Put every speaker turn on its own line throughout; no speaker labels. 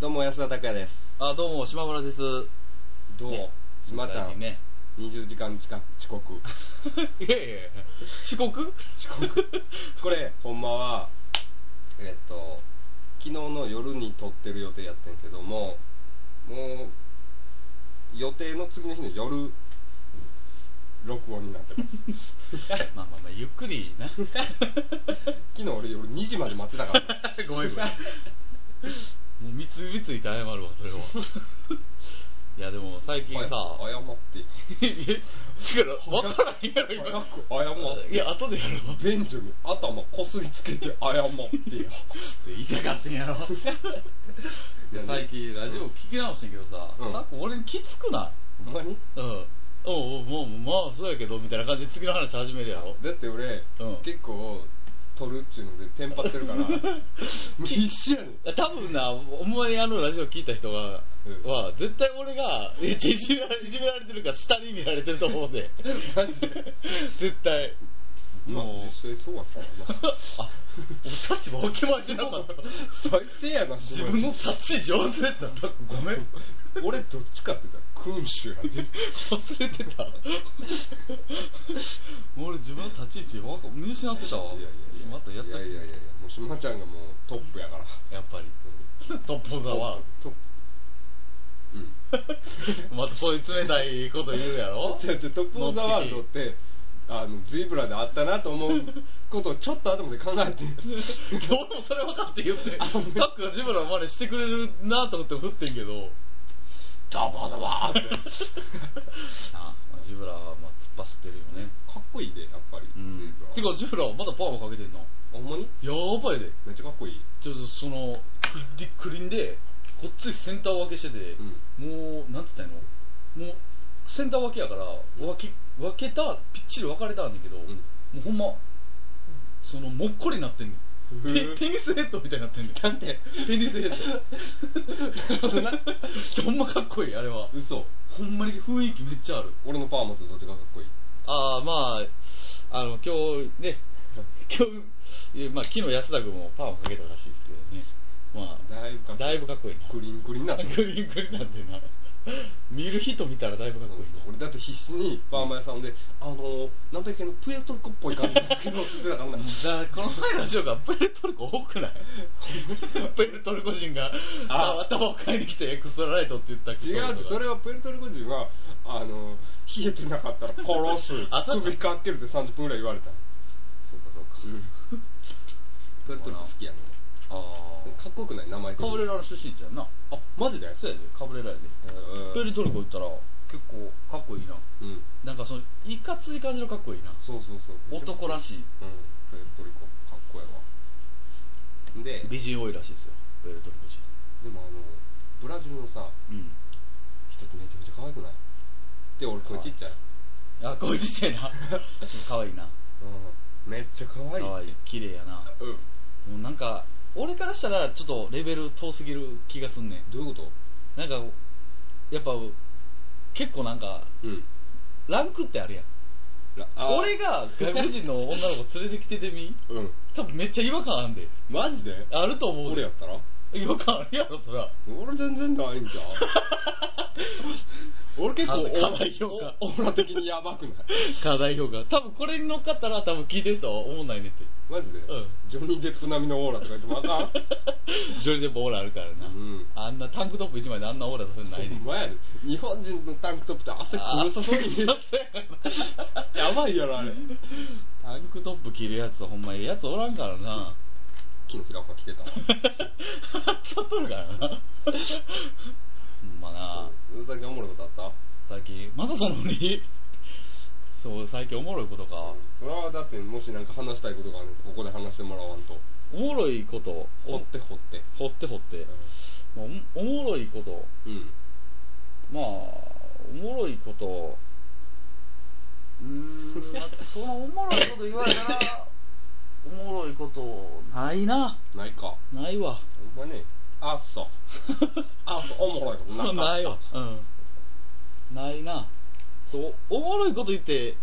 どうも安田拓也です
あ、どうも、島村です。
どうも、
ね
島ちゃん、
ね。
20時間近く遅刻
いやいやいや遅刻
遅刻こ れほんまはえっと昨日の夜に撮ってる予定やってんけどももう予定の次の日の夜録音になってます
まあまあまあ、ゆっくりな。
昨日俺夜2時まで待ってたから
ごめんごめん。もう、みつみついて謝るわ、それは。いや、でも、最近さ、
謝って
いやだから、わからんやろ、今。
早く謝って
いや、後でやろう。
便所に頭こすりつけて謝ってよ
言いたかったんやろ。いや、最近、ラジオ聞き直してんけどさ、
うん
なんか俺にきつくない
ほんまに
うん。おうおうもう、まあ、そうやけど、みたいな感じで次の話始めるやろ。
だって俺、
うん
結構取るっちゅうのでテンパって るからもう必死やねん
多分な、お前あのラジオ聞いた人が、
うん
は、絶対俺が、いじめられいじめられてるから下に見られてると思うで。
マジで
絶対。
まあ
もう、
実際そうやったな
あ、俺立場置きましなかった。
最低やな
自
島
分
ちゃん
の立ち上手だったんだ。ごめん。
俺どっちかって言ったら君主やで
忘れて た。もう俺自分の立ち位置わか見失ってたわ。
いやいやいや
またやった
いやいやいやもう島ちゃんがもうトップやから
やっぱり。トップ座は。
トップうん
またそういう冷たいこと言うやろ
違う違うトップ・オブ・ザ・ワールドってあのズイブラであったなと思うことをちょっと後まで考えて
俺もそれ分かって言って、タックが自分ら真似してくれるなと思って振ってんけど、ダバ ダバーって。あ、ジブラはまあ突っ走ってるよね。
かっこいいでやっぱり、
うん。
ズ
て
イブラ
か、ジブラはまだパーマかけてんの。
ほんまに
やばいで。
めっちゃかっこいい
ちょっとその、クリックリンで、こっちセンター分けしてて、もう、なんつったんやろもう、センター分けやから、分け、分けた、ぴっちり分かれたんだけど、
うん
もうほんま、その、もっこりになってんの。テテニスヘッドみたいになってんの。
なんて
テニスヘッド。なほんまかっこいい、あれは。
嘘
ほんまに雰囲気めっちゃある。
俺のパーマとどっちがかっこいい
ああ、まあ、あの、今日ね、今日、えまあ、昨日安田君もパワーをかけたらしいですけどね。ま
だいぶかっこ
あ、
い
だいぶかっこいいな。
いクリンクリンなってる
グリグリなんてな。見る人見たらだいぶかっこいいな。
俺だって必死にパーマ屋さんで、あのなんだっけのプエルトリコっぽい感じだけどって言ってたからな
だこの前の人がプエルトルコ多 くないプエルトルコ人が
あ
頭を買いに来てエクストラライトって言った
違うってそれはプエルトリコ人はあの冷えてなかったら殺す
あそうか
首かけるって30分ぐらい言われた
そうかそうか
プエルトリコ好きやね
あ
かっこよくない名前
あ
的
カ
に
ブレラの出身地やんなあマジでそうやでカブレラやで
うん
プエルトルコ行ったら結構かっこいいな
うん
なんかそのいかつい感じのかっこいいな
そうそうそう
男らしい
うんプエルトリコかっこええわで
美人多いらしいですよプエルトルコ
でもあのブラジルのさ
人うん
人ってめちゃめちゃ可愛くないで俺これちっちゃい、
あこういう時 世なかわいいな
うん、めっちゃ可愛い
かわいい綺麗やな
うん
もうなんか、俺からしたらちょっとレベル遠すぎる気がすんねん。
どういうこ
なんか、やっぱ、結構なんか、
とうん
ランクってあるやん。俺が外国人の女の子連れてきててみ
うん
多分めっちゃ違和感あんで。
マジで
あると思う
俺や
で。
ったら
違和感あるやろ、そら。
俺全然ないん じゃん俺結構
あ可愛い評価
オーラ的にヤバくない
課題評価。多分これに乗っかったら多分聞いてる人は思んないねって。
マジで、
うん
ジョニー・デップ並みのオーラとか言ってもあか
ジョリでボーラあるからな。
んうん
あんなタンクトップ1枚であんなオーラ出せない
ほ
で
ん。まやで日本人のタンクトップって汗
あー
黒すぎてやばいやろあれ
タンクトップ着るやつほんまええやつおらんからな。
昨日平岡着てたわ
腐っとるからな。ほんまな、
最近おもろいことあった
最近、まだそのにそう、最近おもろいことか。
それはだってもしなんか話したいことがあるんでここで話してもらわんと
おもろいこと、
掘
ほ
って掘って
掘って掘って。まあおおもろいこと、
うん
まあ、おもろいこと、うーん、まあ、そのおもろいこと言われたら、おもろいこと、ないな。
ないか
ないわ。
ほんまねあっ そうあっそうおもろいことなかった
ないわ。うん。ないな。そう、おもろいこと言って、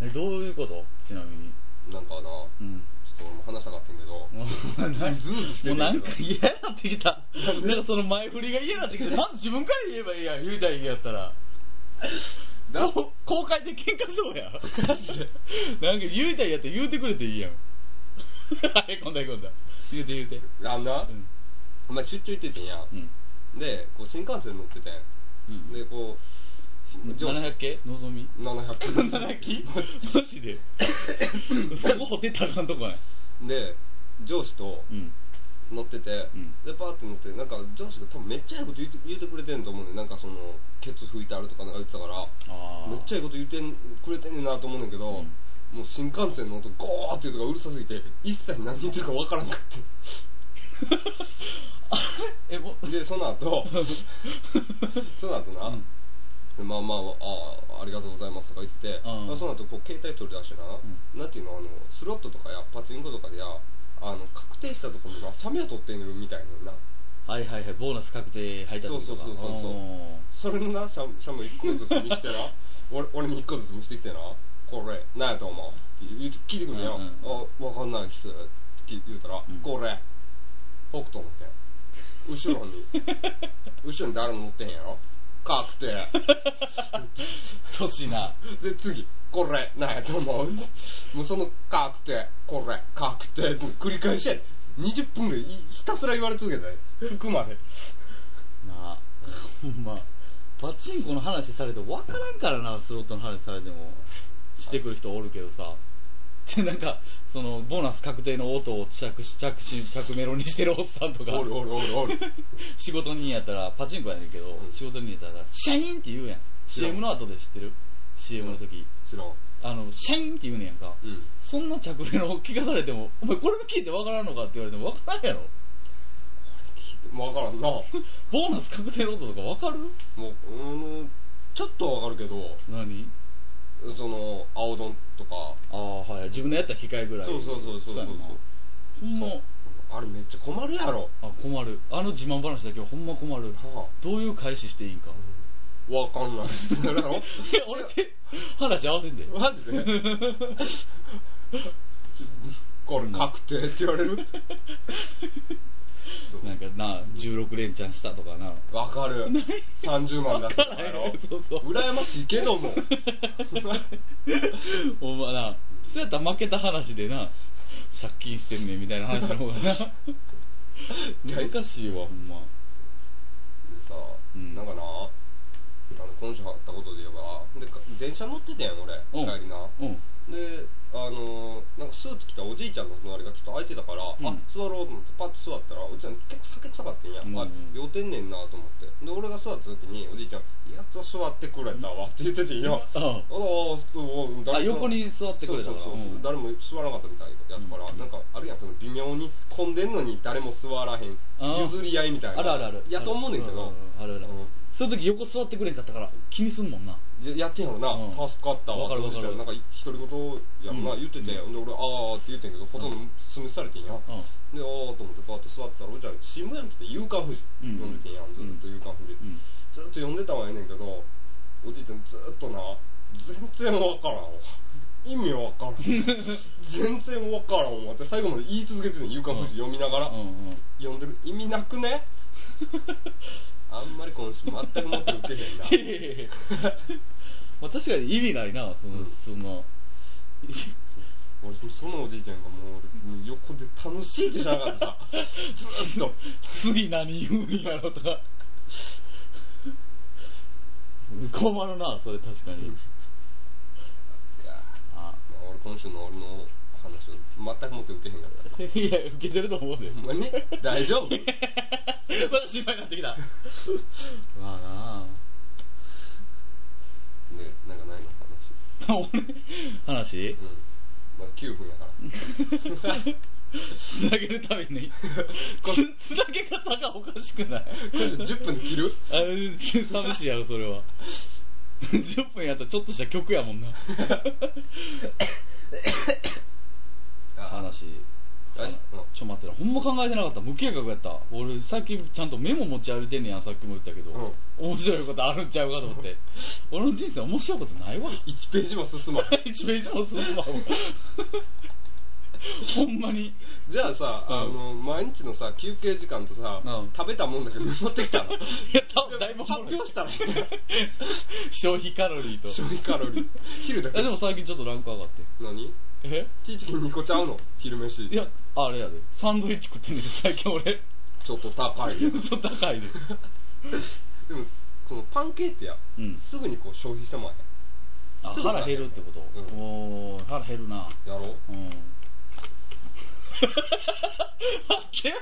え、どういうことちなみに。
なんかな
うん。
ちと俺も話したかったんけど、
もうなん
ズーズーして
も
る
う
けど
なんか嫌になってきた。なんかその前振りが嫌になってきた。なんで自分から言えばいいやん、言うたらいいやったら。
だ
こう公開で喧嘩しようや。マジで。なんか言うたらいいやったら言うてくれていいやん。 はい、今度は今度は。言うて言うて。
あんな、
うん。
お前出張行っててんやん。
うん。
で、こう新幹線乗っててん。
うん。
で、こう、上
700系のぞみ。
700
700機マジで。そこ掘ってたらあかんとこや ん。
で、上司と
うん。
乗ってて、
うん
で、パーって乗って、なんか上司が多分めっちゃいいこと言うて言うてくれてんと思うねんなんかその、ケツ拭いてあるとかなんか言ってたから、
あ
めっちゃいいこと言ってんくれてんねんなと思うねんけど、
うん
もう新幹線の音ゴーっていうのがうるさすぎて、一切何言ってるかわからんかっ
あ え、も
て。で、その後、その後な、
うん
でまあまあ、ああ、ありがとうございますとか言ってて、
うん
まあその後こう携帯取り出してな、なんていうの、あの、スロットとかやパチンコとかでや、あの、確定したところにサメを取ってるみたいなな。
はいはいはい、ボーナス確定入ったってことか
そうそうそうそうそう
お
それのな、サメ1個ずつ見して な、俺俺に1個ずつ見してきてな、これ、なんやと思う言うて聞いてくるんよ、
うん
あ、わかんないっすって言うたら、
うん
これ、北斗の点。後ろ に、後ろに誰も乗ってへんやろ確定。
ー年な。
で、次、これ、なんやと思うもうその、確定、これ、確定って繰り返しやで。20分ぐらいいひたすら言われ続けたで。服まで。
なあ、ほんま。パチンコの話されても分からんからな、スロットの話されても。してくる人おるけどさ。で、なんか、その、ボーナス確定の音を着し、着信、着メロにしてるおっさんとか。
おるおるおるおる。
仕事人やったら、パチンコやねんけど、
うん
仕事人やったら、シャインって言うやん。
知らん
CM の後で知ってる ?CM の時。
知らん。
あの、シャインって言うねんやんか。
うん。
そんな着メロを聞かされても、お前これが聞いて分からんのかって言われても分からんやろ。
もうわからんな。も
ボーナス確定の音とか分かる
う、うん、ちょっとはわかるけど、
何
その、青丼とか、
ああ、はい。自分のやったら控えぐらい。
そうそうそうそうそう
やなほんま、
あれめっちゃ困るやろ。
あ、困る。あの自慢話だけはほんま困る。
は
どういう返ししていいんか。
あ、わかん ない。な るやろ
え、 俺って話合わせんで。
マジでこれ確定って言われる
なんかな、16連チャンしたとかな。
わかる。30万出すとかやろ
わからんよそうそう
羨ましいけど も。
お前な、そうやったら負けた話でな、借金してんねんみたいな話の方が な。難しいわ、ほんま。
でさ、
うん
なんかな、あの、今週あったことで言えば、で、か電車乗ってたやん、俺、
うん
帰りな。
うん。
で、あのー、なんかスーツ着たおじいちゃんの隣がちょっと空いてたから、
うん
あ、座ろうと思って、パッと座ったら、おじいちゃん結構酒臭かったんや。
うん
あ、酔うてんねんなと思って。で、俺が座った時に、おじいちゃん、やっと座ってくれたわって言っててんよ。
あ
ああ、そう、
あ、横
座
に座ってくれた
そう
ら。
そうそう
うん
誰も座らなかったみたいやったから、
うん
なんか、あるやん、その微妙に混んでんのに誰も座らへん
あ。ー
譲り合いみたいな。
あるあるある。
やと思うねんけど。
あるあるある。
うん
その時横座ってくれんかったから気にすんもんな。
ややってんやろな、
うん
助かったわ。
わかるわかる
なんか、独り言やんな、
うん
言ってて、
う
で、俺、あーって言ってんけど、ほとんどスムされてんや。
うん。
で、あーと思って、バーって座ってたら、俺じゃあ新聞やってて、夕刊富士、
うん
読んでてんやん、ずっと夕刊富士。
うん。
ずっと読んでたんやねんけど、おじいちゃんずっとな、全然わからんわ。意味わ からん。全然わからんわって、最後まで言い続けてんねん、夕刊富士読みながら。
うんうん。
読んでる意味なく ねあんまり今週全くもって受け へんな。
まあ確かに意味ないな、その、
うん
その、
俺そのおじいちゃんがもう俺もう横で楽しいってしながらさずっ と
次何言うんやろとか。 困るな、それ確かに。
いやま
あ
あ俺今週の俺の話を全くもって受けへんかった
いや、受けてると思うで。
ほんまに大丈夫
まだ心配になってきた。まあなあ。
ねなんかないの話
俺話
うんまだ9分やから
つなげるために
こ
つつなげ方がおかしくない
今週10分で切る
あ寂しいやろそれは 10分やったらちょっとした曲や もんな
あ
話
あれうん
ちょ待ってなほんま考えてなかった無計画やった俺さっきちゃんとメモ持ち歩いてんねやさっきも言ったけど、面白いことあるんちゃうかと思って 俺の人生面白いことないわ
1ページも進まない
1ページも進むわ ほんまに。
じゃあさ、
うん
あの、毎日のさ、休憩時間とさ、
うん
食べたもんだけど持ってきたの。
いや、多分だいぶ
発表したらいい
消費カロリーと。
消費カロリー。昼だ
え
け。
でも最近ちょっとランク上がって。
何
え
キーチキン2個ちゃうの昼飯。
いや、あれやで。サンドイッチ食ってんねん最近俺。
ちょっと高い
ち
よ。
ょっと高いで。
でも、そのパン系ってや、
うん。
すぐにこう消費してもら
あ
すぐ
腹減るってこと、
うん
おー、腹減るな。
えへん。やろう
うん。待っ てや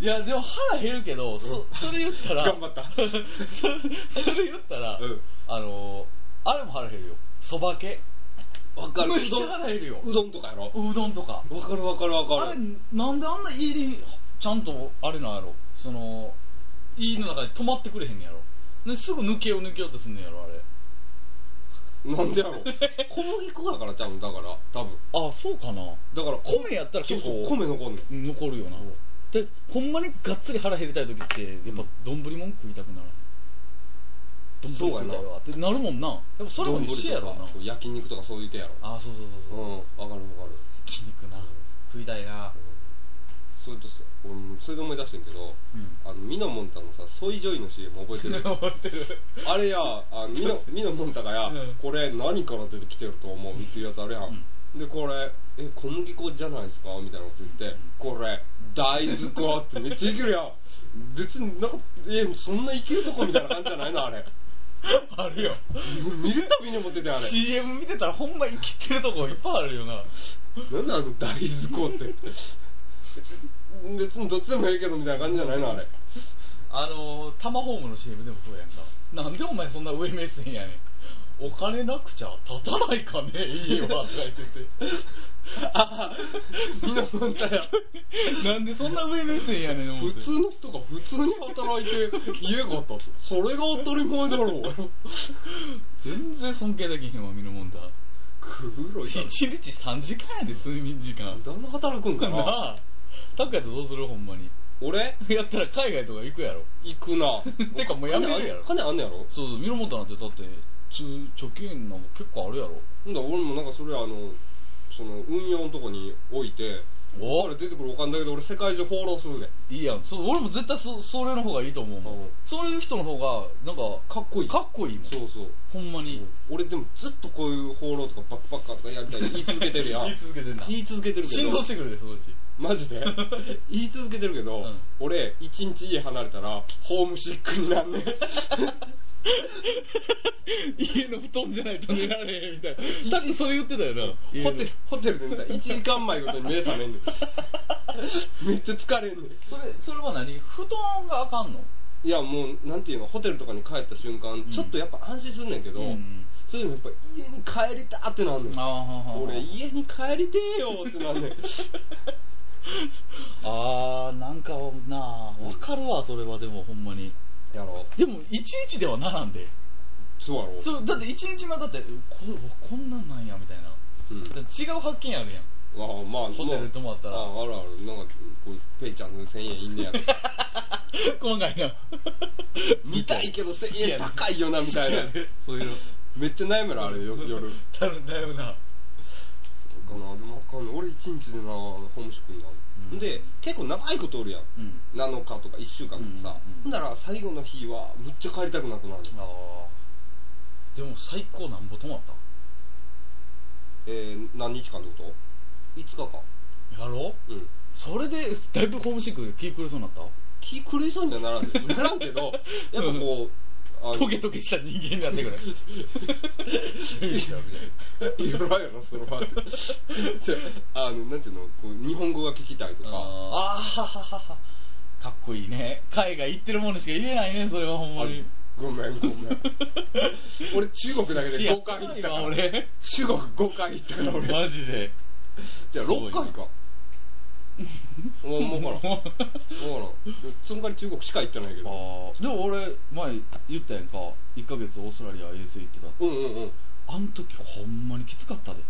いや、でも腹減るけど、そそれ言ったら、
頑張った。
そそれ言ったら、
うん
あのー、あれも腹減るよ。そば系。
わかる
めっちゃ
うどん
腹減るよ。
うどんとかやろ
うどんとか。
わかるわかるわ
あ
か
れ
る。、
なんであんな家に、ちゃんと、あれなんやろ。その、家の中で止まってくれへんのやろ。ですぐ抜けよう抜けようとすんのやろ、あれ。
なんでやろう小麦粉だからちゃうんだから、多分。
あ、そうかな。
だから、
米やったら
そう
結
そ
構
う、米残んねん。
残るよな。で、ほんまにがっつり腹減りたい時って、やっぱ丼もん食いたくなる。丼食いたい
そうや
わってなるもんな。やっぱそれも一緒やろな
丼と。か焼肉とかそういう手やろ。
あ、そうそう
う
そうそう。
ん、わかるわかる。
筋肉な。食いたいな。
それとさ、俺もそれで思い出してんけど、
うん。
あの、ミノモンタのさ、ソイジョイの CM 覚えてる
ってる。
あれや、あミノ、ミノモンタがや
うん、
これ何から出てきてると思うっていうやつあるやん。で、これ、え、小麦粉じゃないですかみたいなこと言って、これ、大豆粉ってめっちゃいけるやん。別になんか、え、そんないけるとこみたいな感じじゃないのあれ。
あるよ。
見るたびに思ってたよ、あれ。
CM 見てたらほんま生きてるとこいっぱいあるよな。
なんなの大豆粉って。別にどっちでもいいけどみたいな感じじゃないのあれ。
あのー、タマホームの CM でもそうやんか。なんでお前そんな上目線やねん。お金なくちゃ立たないかね、家は、 とか言ってて。 あ
みんな本当や。
なんでそんな上目線やねん、思っ
普
て
通の人が普通に働いて家があったってそれが当たり前だろう。
全然尊敬できへんわ、見るもんだ。
黒い
1日3時間やで、睡眠時間。
旦那働くんかな
なあ。タクヤとどうするほんまに。
俺
やったら海外とか行くやろ。
行くな。
てかもうやめるやろ
金あんねやろ
そうそう、見るもんだなんて、だって、つ貯金なんか結構あるやろ。
ほんだら俺もなんかそれあの、その運用のとこに置いて、
お
あれ出てくるお金だけど俺世界中放浪するで。
いいやん。そう俺も絶対そそれの方がいいと思うもん。
うん
そういう人の方が、なんか、
かっこいい。
かっこいいもん。
そうそう。
ほんまに。
俺でもずっとこういう放浪とかバックパッカーとかやりたいって言い続けてるやん。
言い続けてんな。
言い続けてるけ
振動
ど
し、てくるで、そのうち。
マ ジで言い続けてるけど、
うん
俺、一日家離れたら、ホームシックになんねん。
家の布団じゃないと寝られへんみたいな。さっきそれ言ってたよな。
ホテル、ホテルで寝たら1時間前ごとに目覚 めんねん。めっちゃ疲れんねん。
それ、それは何布団があかんの
いや、もう、なんていうの、ホテルとかに帰った瞬間、
ん
ちょっとやっぱ安心すんねんけど、
ん。
それでもやっぱ家に帰りたってなんねん。
ああ、はんはんはん
俺、家に帰りてえよってなん ねん。
あー、なんかなあ、わかるわ、それはでも、ほんまに。
やろ。
でも、一日ではならんで。
そうやろ。
そう、だって一日前だって、ここんなんなんや、みたいな。
うん
だって違う発見あるやん。
ああまあ、
ホテル泊まったら
あああるある。なんか、こう、ペイちゃんの1000円いんねやけど。
細かい な。
見たいけど1000円高
い
いよな、みたいな。
そういうの。
めっちゃ悩むの、あれ、よ夜。か
たるんだよな。
な、でもあかんない。俺一日でな、ホームシックになる。
うん
で、結構長いことおるやん。
うん。
7日とか1週間とかさ。
うんうんうん
ほんだら、最後の日は、むっちゃ帰りたくなくなる。
ああ。でも最高なんぼ泊まっ
えー、何日間ってこと ?5 日か。
たやろ
うん。
それで、だいぶホームシックで気狂いそうになっ
気狂いそうにはならんけど、ならんけど、やっぱこう、あ
た
の
トゲトゲした人間になってくれ。いいよみたい
いろやろ、それは。じゃあ、あの、なんていうの、こう日本語が聞きたいと
な
か、
あーはははは。かっこいいね。海外行ってるものしか言えないね、それはほんまに。
ごめん、ごめん。俺、中国だけで5回行ったから。
俺。
中国5回行ったから、俺。
マジで。
じゃあ、
すご
6
いな
回か。もう、もうからん。もうからん。その代わり中国しか行ってないけど。
あーでも俺、前言ったやんか、1ヶ月オーストラリア遠征行ってたって
うんうんうん。
あん時ほんまにきつかったで。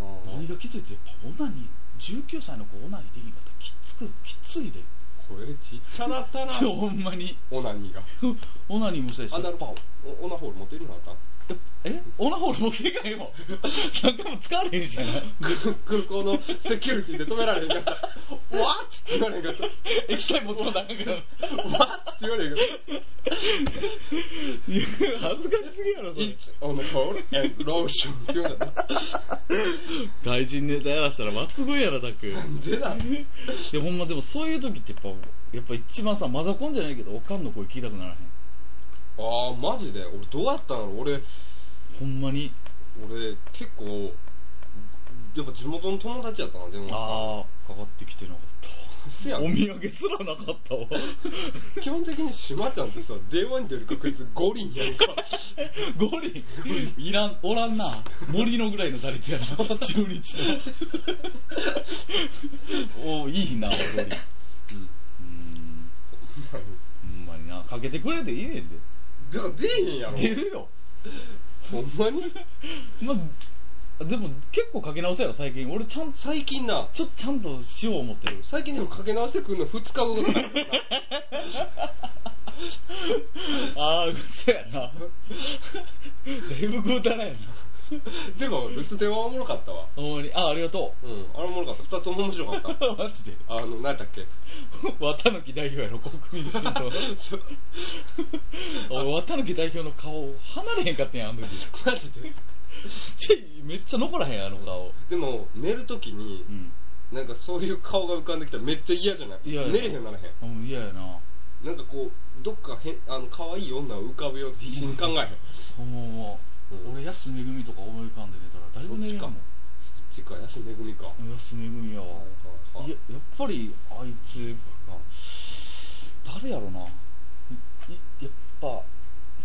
あ
何
ー
がきついって、やっぱオナニー、19歳の子オナニーできんかったらきつく、きついで。
これ、ちっちゃなったな。
ほんまに。
オナニーが。
オナニーもしたでしょ。
アナルパオ。おオナホール持ってるのあった
えオナホール持っていかへんもん。なんかも使われへんじゃん。
空港のセキュリティで止められへんかった。わっつって言われへんかった。
液体持ち込んだらあかんから。
わっつって言われへんかった。
いや恥ずかしすぎやろ、それ
It's。on the hole and lotion って言われた。
外人ネタやらしたら抜群やろ、タック。
んでなん
いや、ほんま、でもそういう時ってやっぱ、やっぱ一番さ、マザコンじゃないけど、おかんの声聞きたくならへん。
あー、マジで。俺どうやったんやろ俺、
ほんまに。
俺結構、やっぱ地元の友達やったな、でも。
ああ、かかってきてなかっ
せ
た
や
わ。
ん
お土産すらなかったわ。
基本的にシマちゃんってさ、電話に出る確率5輪やんか。
ゴリいらん、おらんな。森のぐらいの打率やな。中日と。おーいいな、ゴリ。う
うん
ーん。ほんまにな。かけてくれていいねんで。
だから出えへんやろ。
出るよ。
ほんまに
まあ、でも結構かけ直せよ、最近。俺ちゃん、
最近な、
ちょっとちゃんとしよう思ってる。
最近でもかけ直してくるの2日後ぐらい。
ああ、そう やな。だいぶぐうたらやな。
でも、留守電はおもろかったわ。
ほんまに。ああ、ありがと
うん、あれおもろかった。2つとも 面白か った。
う。マジで。
あの、何やったっ け
綿貫代表やろ、国民 新党。俺、綿貫代表の顔、離れへんかったんやん、あの時。
マジで
ちっちゃいめっちゃ残らへん、あの顔。
でも、寝るときに
う、ん。
なんかそういう顔が浮かんできたらめっちゃ嫌じゃない
嫌やな
寝れへんならへん。
うん、嫌やな。
なんかこう、どっか変、あの、可愛い女を浮かべようって必死に考えへん。こ
ほんまも
うん
う。俺、安めぐみとか思い浮かんで寝たら、誰も寝れんもん。
っちか、安めぐみか。
安めぐみやわ。
はいい
や、やっぱり、あいつが、誰やろな。いいやっぱ、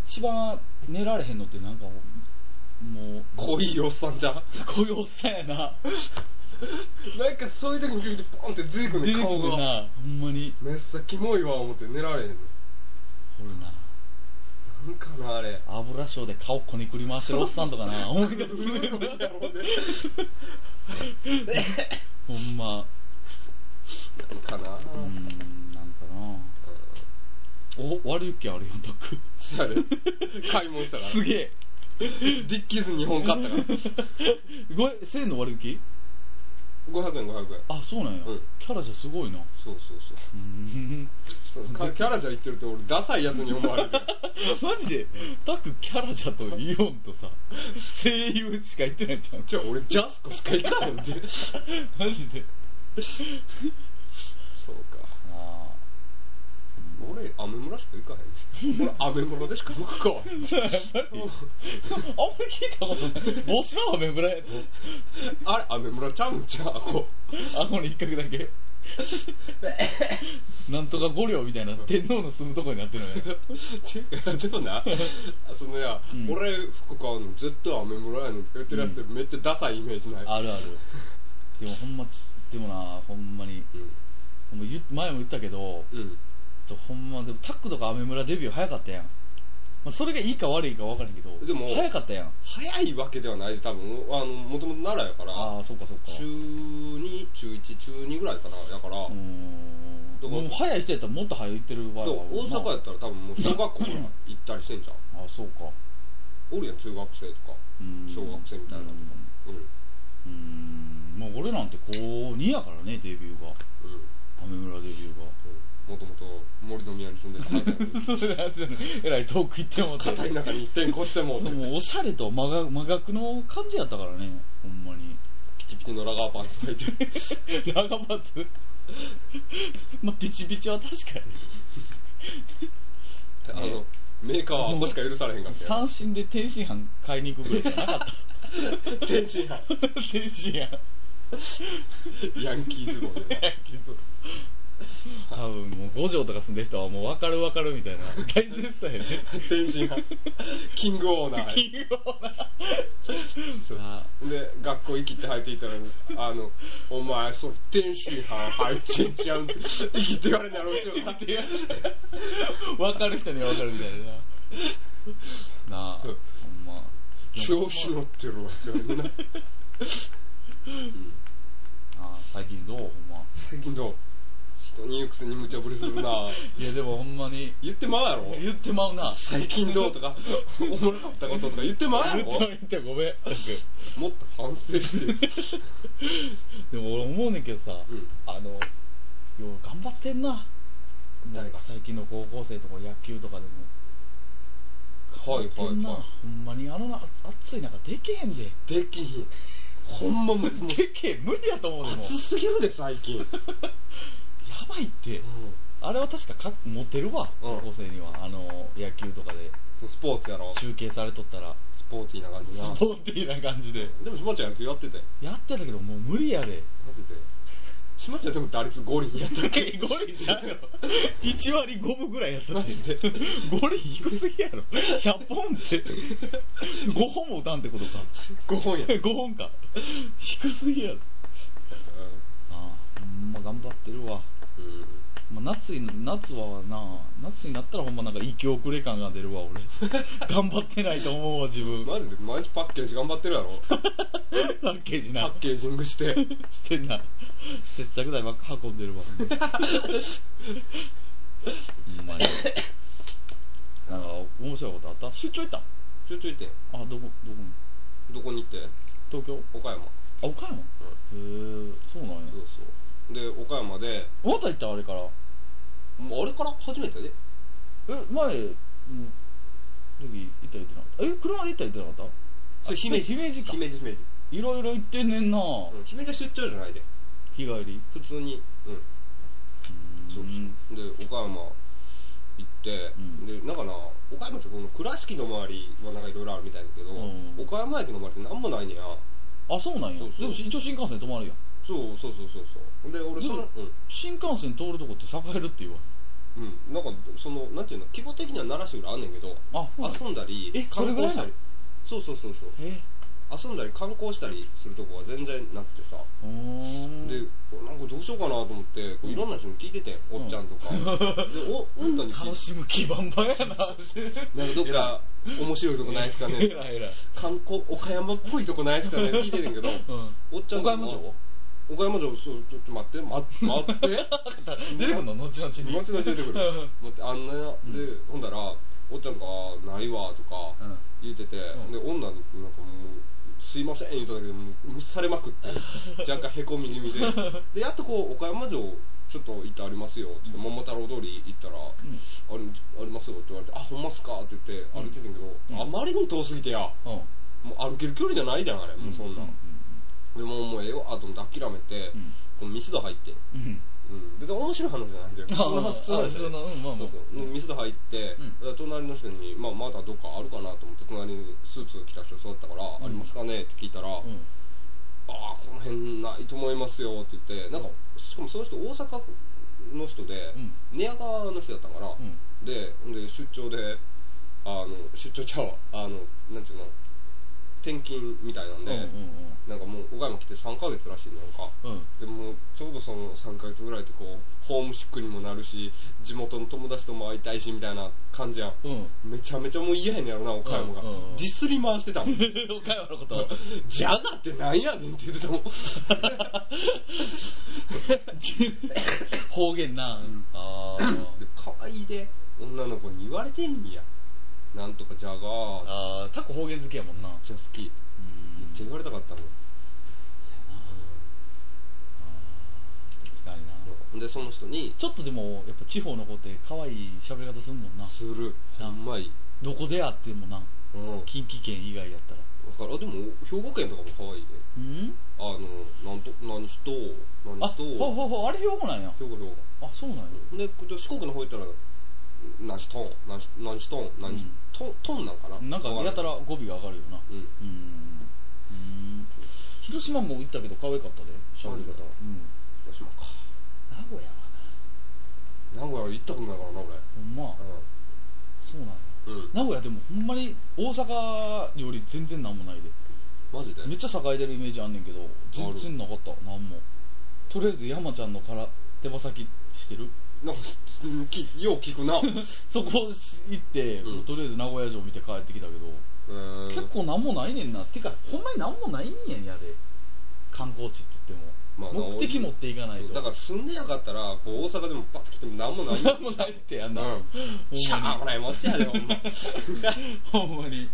一番寝られへんのってなんかもう、もう、
濃いおっさんじゃん。
こういうおっさんやな。
なんかそういう時に急にポンって出てくるね
出てくる
顔が。
な。ほんまに。
めっさキモいわ思って寝られへんね
おるな。
ん。なんかな、あれ。
油ショーで顔こねくり回してるおっさんとかな。思い出す
うるうるやろうね
ほんま。う
なんかな。
ーん、なんかな。お、悪い気あるやん、タック。
そやで。買い物したから。
すげえ。
ディッキーズ日本買ったから。
ごえ、1000の割引
500円、500円。
あ、そうなんや。
うん
キャラじゃすごいな。
そうそうそう。
うーん。
そうかキャラじゃ言ってると俺ダサいやつに思われるから
マジで、タックキャラじゃとイオンとさ、声優しか言ってないじゃん。
じゃあ俺ジャスコしか行かへんで
マジで。
そうか
あ
俺アメ村しか行かへんで俺アメ村でしか行くかわへん
あ。やっぱり、あんまり聞いたことない。帽子のアメブラやと。
あれアメ村ちゃうんちゃうこう
顎の一角だけ。なんとか五両みたいな天皇の住むとこに なってるのよ。
でもなそのや、
うん
俺服買うの絶対アメ村やねんって言ってるやつってめっちゃダサいイメージない、
あるある。でもほんまち、でもな、ほんまに、
う
ほんま言う前も言ったけど、
んうん
ほんま、でもタックとかアメ村デビュー早かったやん。まあ、それがいいか悪いか分からんけど、
でも
早かったやん。
早いわけではない多分あのもともと奈良やから
ああ、そっかそっか。
中2中1中2ぐらいかなやから、
うーん。
だから
もう早い人やったらもっと早いってる場合
で
は
も大阪やったら多分もう小学校から行ったりしてんじゃん
ああ、そうか。
おるやん、中学生とか、
うーん
小学生みたいなのとか。うん。
うーん。もう俺なんて高2やからね、デビューが。
うん。
アメ村デビューが。
もともと森の宮に住んでた み
そうなんですよね。 えらい遠く行っても
たいな。片田舎に転校しても、
でもおしゃれと真逆真逆の感じやったからね、ほんまに。
ピチピチのラガーパンツ履いて。
長松 まあ、ピチピチは確か
あの、メーカーはあんましか許されへんかっ
に。
たよ
三振で天津飯買いに行くぐらいじゃなかっ
天津飯。
た。天津飯。
ヤンキーズボンでな。
多分もう五条とか住んでる人はもう分かる分かるみたいな。大絶賛やね。
天 津飯。キングオーナ
キ
ー。
ングオーナ
そう
ー。あ
で、学校行きって入っていったら、あの、お前、そう、天津飯入ってんちゃうん。生きて言われなるう
あっていう分かる人には分かるみたいな。なあ、ほ
うん
んま。
調子乗ってるわって言われるな。
ああ、最近どうほんま。
最近どう人にくせに無茶ぶりするな
いやでもほんまに
言ってまうやろ
言ってまうな
最近どうとか、おもろかったこととか言ってまうや
言ってまう
ろ
言ってまうごめん
もっと反省 して。
でも俺思うねんけどさ、
うん
あのよう頑張ってんな
誰か
最近の高校生とか野球とかでも
はい
こ
はい
んな
は
ほんまにあのな暑い中でけへんで
い。できひん。ほんまもう、も
でけへん無理やと思うで
う
もう
暑すぎるで最近。うん。
やばいってあれは確かかモテるわ、
うん
高校生にはあの野球とかで
そうスポーツやろ。
中継されとったら
スポーティーな感じ
ス
な。
ポーティーな感じで
でも、しまちゃん野球やってて。
やってたけどもう無理やで
マジで。しまちゃんでも打率5厘やったっけ
5厘ちゃ うよ1割5分ぐらいやった
マジで
5厘低すぎやろ100本って5本も打たんってことか
?5 本や。うん。
5本か低すぎやろああほんま頑張ってるわ、まあ、夏い夏はな夏になったらほんまなんか生き遅れ感が出るわ俺 頑張ってないと思うわ自分
マジで毎日パッケージ頑張ってるやろ。
パッケージ
パ
な
ッケージングして。
してんな接着剤ばっか運んで るわほんまほんまになんか面白いことあった出張行った
ちょいちょいて。
あどこどこに
どこに行って
東京
岡山。
あ岡山へえそうなんや
そうそう。で、岡山で、
また行ったあれから
もうあれから初めてで。
え前の時行った行ってなかったえ車で行った行ってなかった
それ姫路
姫路か
姫路、姫路。
いろいろ行ってんねんな、
うん姫路は出張じゃないで。
日帰り
普通に。うん。そうそうで岡山行って、
うん
でなんかな岡山ってこの倉敷の周りはなんかいろいろあるみたいだけど、
うん
岡山駅の周りってなんもないねや
あそうなんや
そうそう
でも一応新幹線止まるやん
そうそうそうそうそうで俺その
でも新幹線通るとこって栄えるって言うわ
うん、うん、なんかそのなんていうの規模的には奈良市ぐらいあんねんけど
あそうなんや
遊んだり
えそれぐらい
したりそうそうそうそう
え
遊んだり観光したりするとこは全然なくてさ、
うーん
でなんかどうしようかなと思ってこういろんな人に聞いてて、
うん
おっちゃんと か、
うん
でお女に聞い
楽
て
しむ気満々やな
なんかどっか面白いとこないですかね
えらいえらい
観光、岡山っぽいとこないです からね、聞いてるんけど、
うん
おっちゃん
岡山城
岡山城、そう、ちょっと待って、待待って、
出てくんの後々に
後々出てくる。待って、あんなや、で、ほんだら、おっちゃんとか、あないわ、とか
うん
言ってて、
ん
で、女に、なんかもう、すいません、言うただけで、もう無視されまく って、若干へこみ気味で、で、やっとこう、岡山城、ちょっと行ってありますよ、って、桃太郎通り行ったら、
うん
あれ、ありますよって言われて、あ、ほんまっすかって言って歩いててんけど、
うん
あまりに遠すぎてや、
うん
もう歩ける距離じゃないじゃん、あれ。もうそんな。、
うん
でもうもうええわ、と思って諦めて、
うん
このミスド入って。
うん
うん。別に面白い話じゃないんだよ。
あ
これは普通なんです
あ普通のうんまあまあ
そうそう。でミスド入って、隣の人に、まあまだどっかあるかなと思って、隣にスーツ着た人座ったから、
うん
ありますかねって聞いたら、
うん
ああ、この辺ないと思いますよって言って、なんか、しかもその人大阪の人で、
うん
寝屋川の人だったから、
うん
で、ほんで出張で、あの、出張ちゃうわ、あの、なんていうの、転勤みたいなんで、
うん
なんかもう、岡山来て3ヶ月らしいのなんか。
うんうん
でも、ちょうどその3ヶ月ぐらいってこう、ホームシックにもなるし、地元の友達とも会いたいし、みたいな感じやん。
うん
めちゃめちゃもう嫌やねやろな、岡山が
うんうんうん。
ディスり回してたもん。
岡山のこと
じゃがってなんやねんって言って たもん。
方言な
うん
あー
で、可愛いで、女の子に言われてんねや。なんとかじゃがー、
あータコ方言好きやもんな
めっちゃ好き。めっちゃ言われたかったもん。
確かにな
で、その人に、
ちょっとでもやっぱ地方の子って可愛い喋り方するもんな
する。
な
ほんまいい。
どこであってもな
うん。
近畿圏以外やったら
だから、あでも、兵庫県とかも可愛いね。
うん
あの、なんと、何しと、
あ
何しと、
ほうほうほうあれ兵庫なんや
兵庫兵
あそうなんや
庫。で、じゃあ四国の方行ったら、何しとん、何し何しとん、何しとん、とんなんかな
なんかやたら。
わ
語尾が上がるよな
かんないうん。
うんうん広島も行ったけど可愛かったで喋り
マジ
方
で
うん
広島か。
名古屋は
名古屋行ったことないからな、
なほんまそうなんや
俺。うん。うん。
名古屋でもほんまに大阪より全然なんもないで
マジで
めっちゃ栄えてるイメージあんねんけど全然なかったなんもとりあえず山ちゃんのから手羽先してる
なんか、うんきよう聞く な。
そこ行って、
うん
とりあえず名古屋城見て帰ってきたけど、
えー
結構なんもないねんな。てか、ほんまになんもないんやんやで。観光地って言っても。
まあ
目的持っていかない
そう
と。
だから住んでなかったら、こう大阪でもパッと来ても何も ない。
なんもないってやんな。
うん
ほんまに
しゃあこれ持ちやで、ほんま。
ほんまに。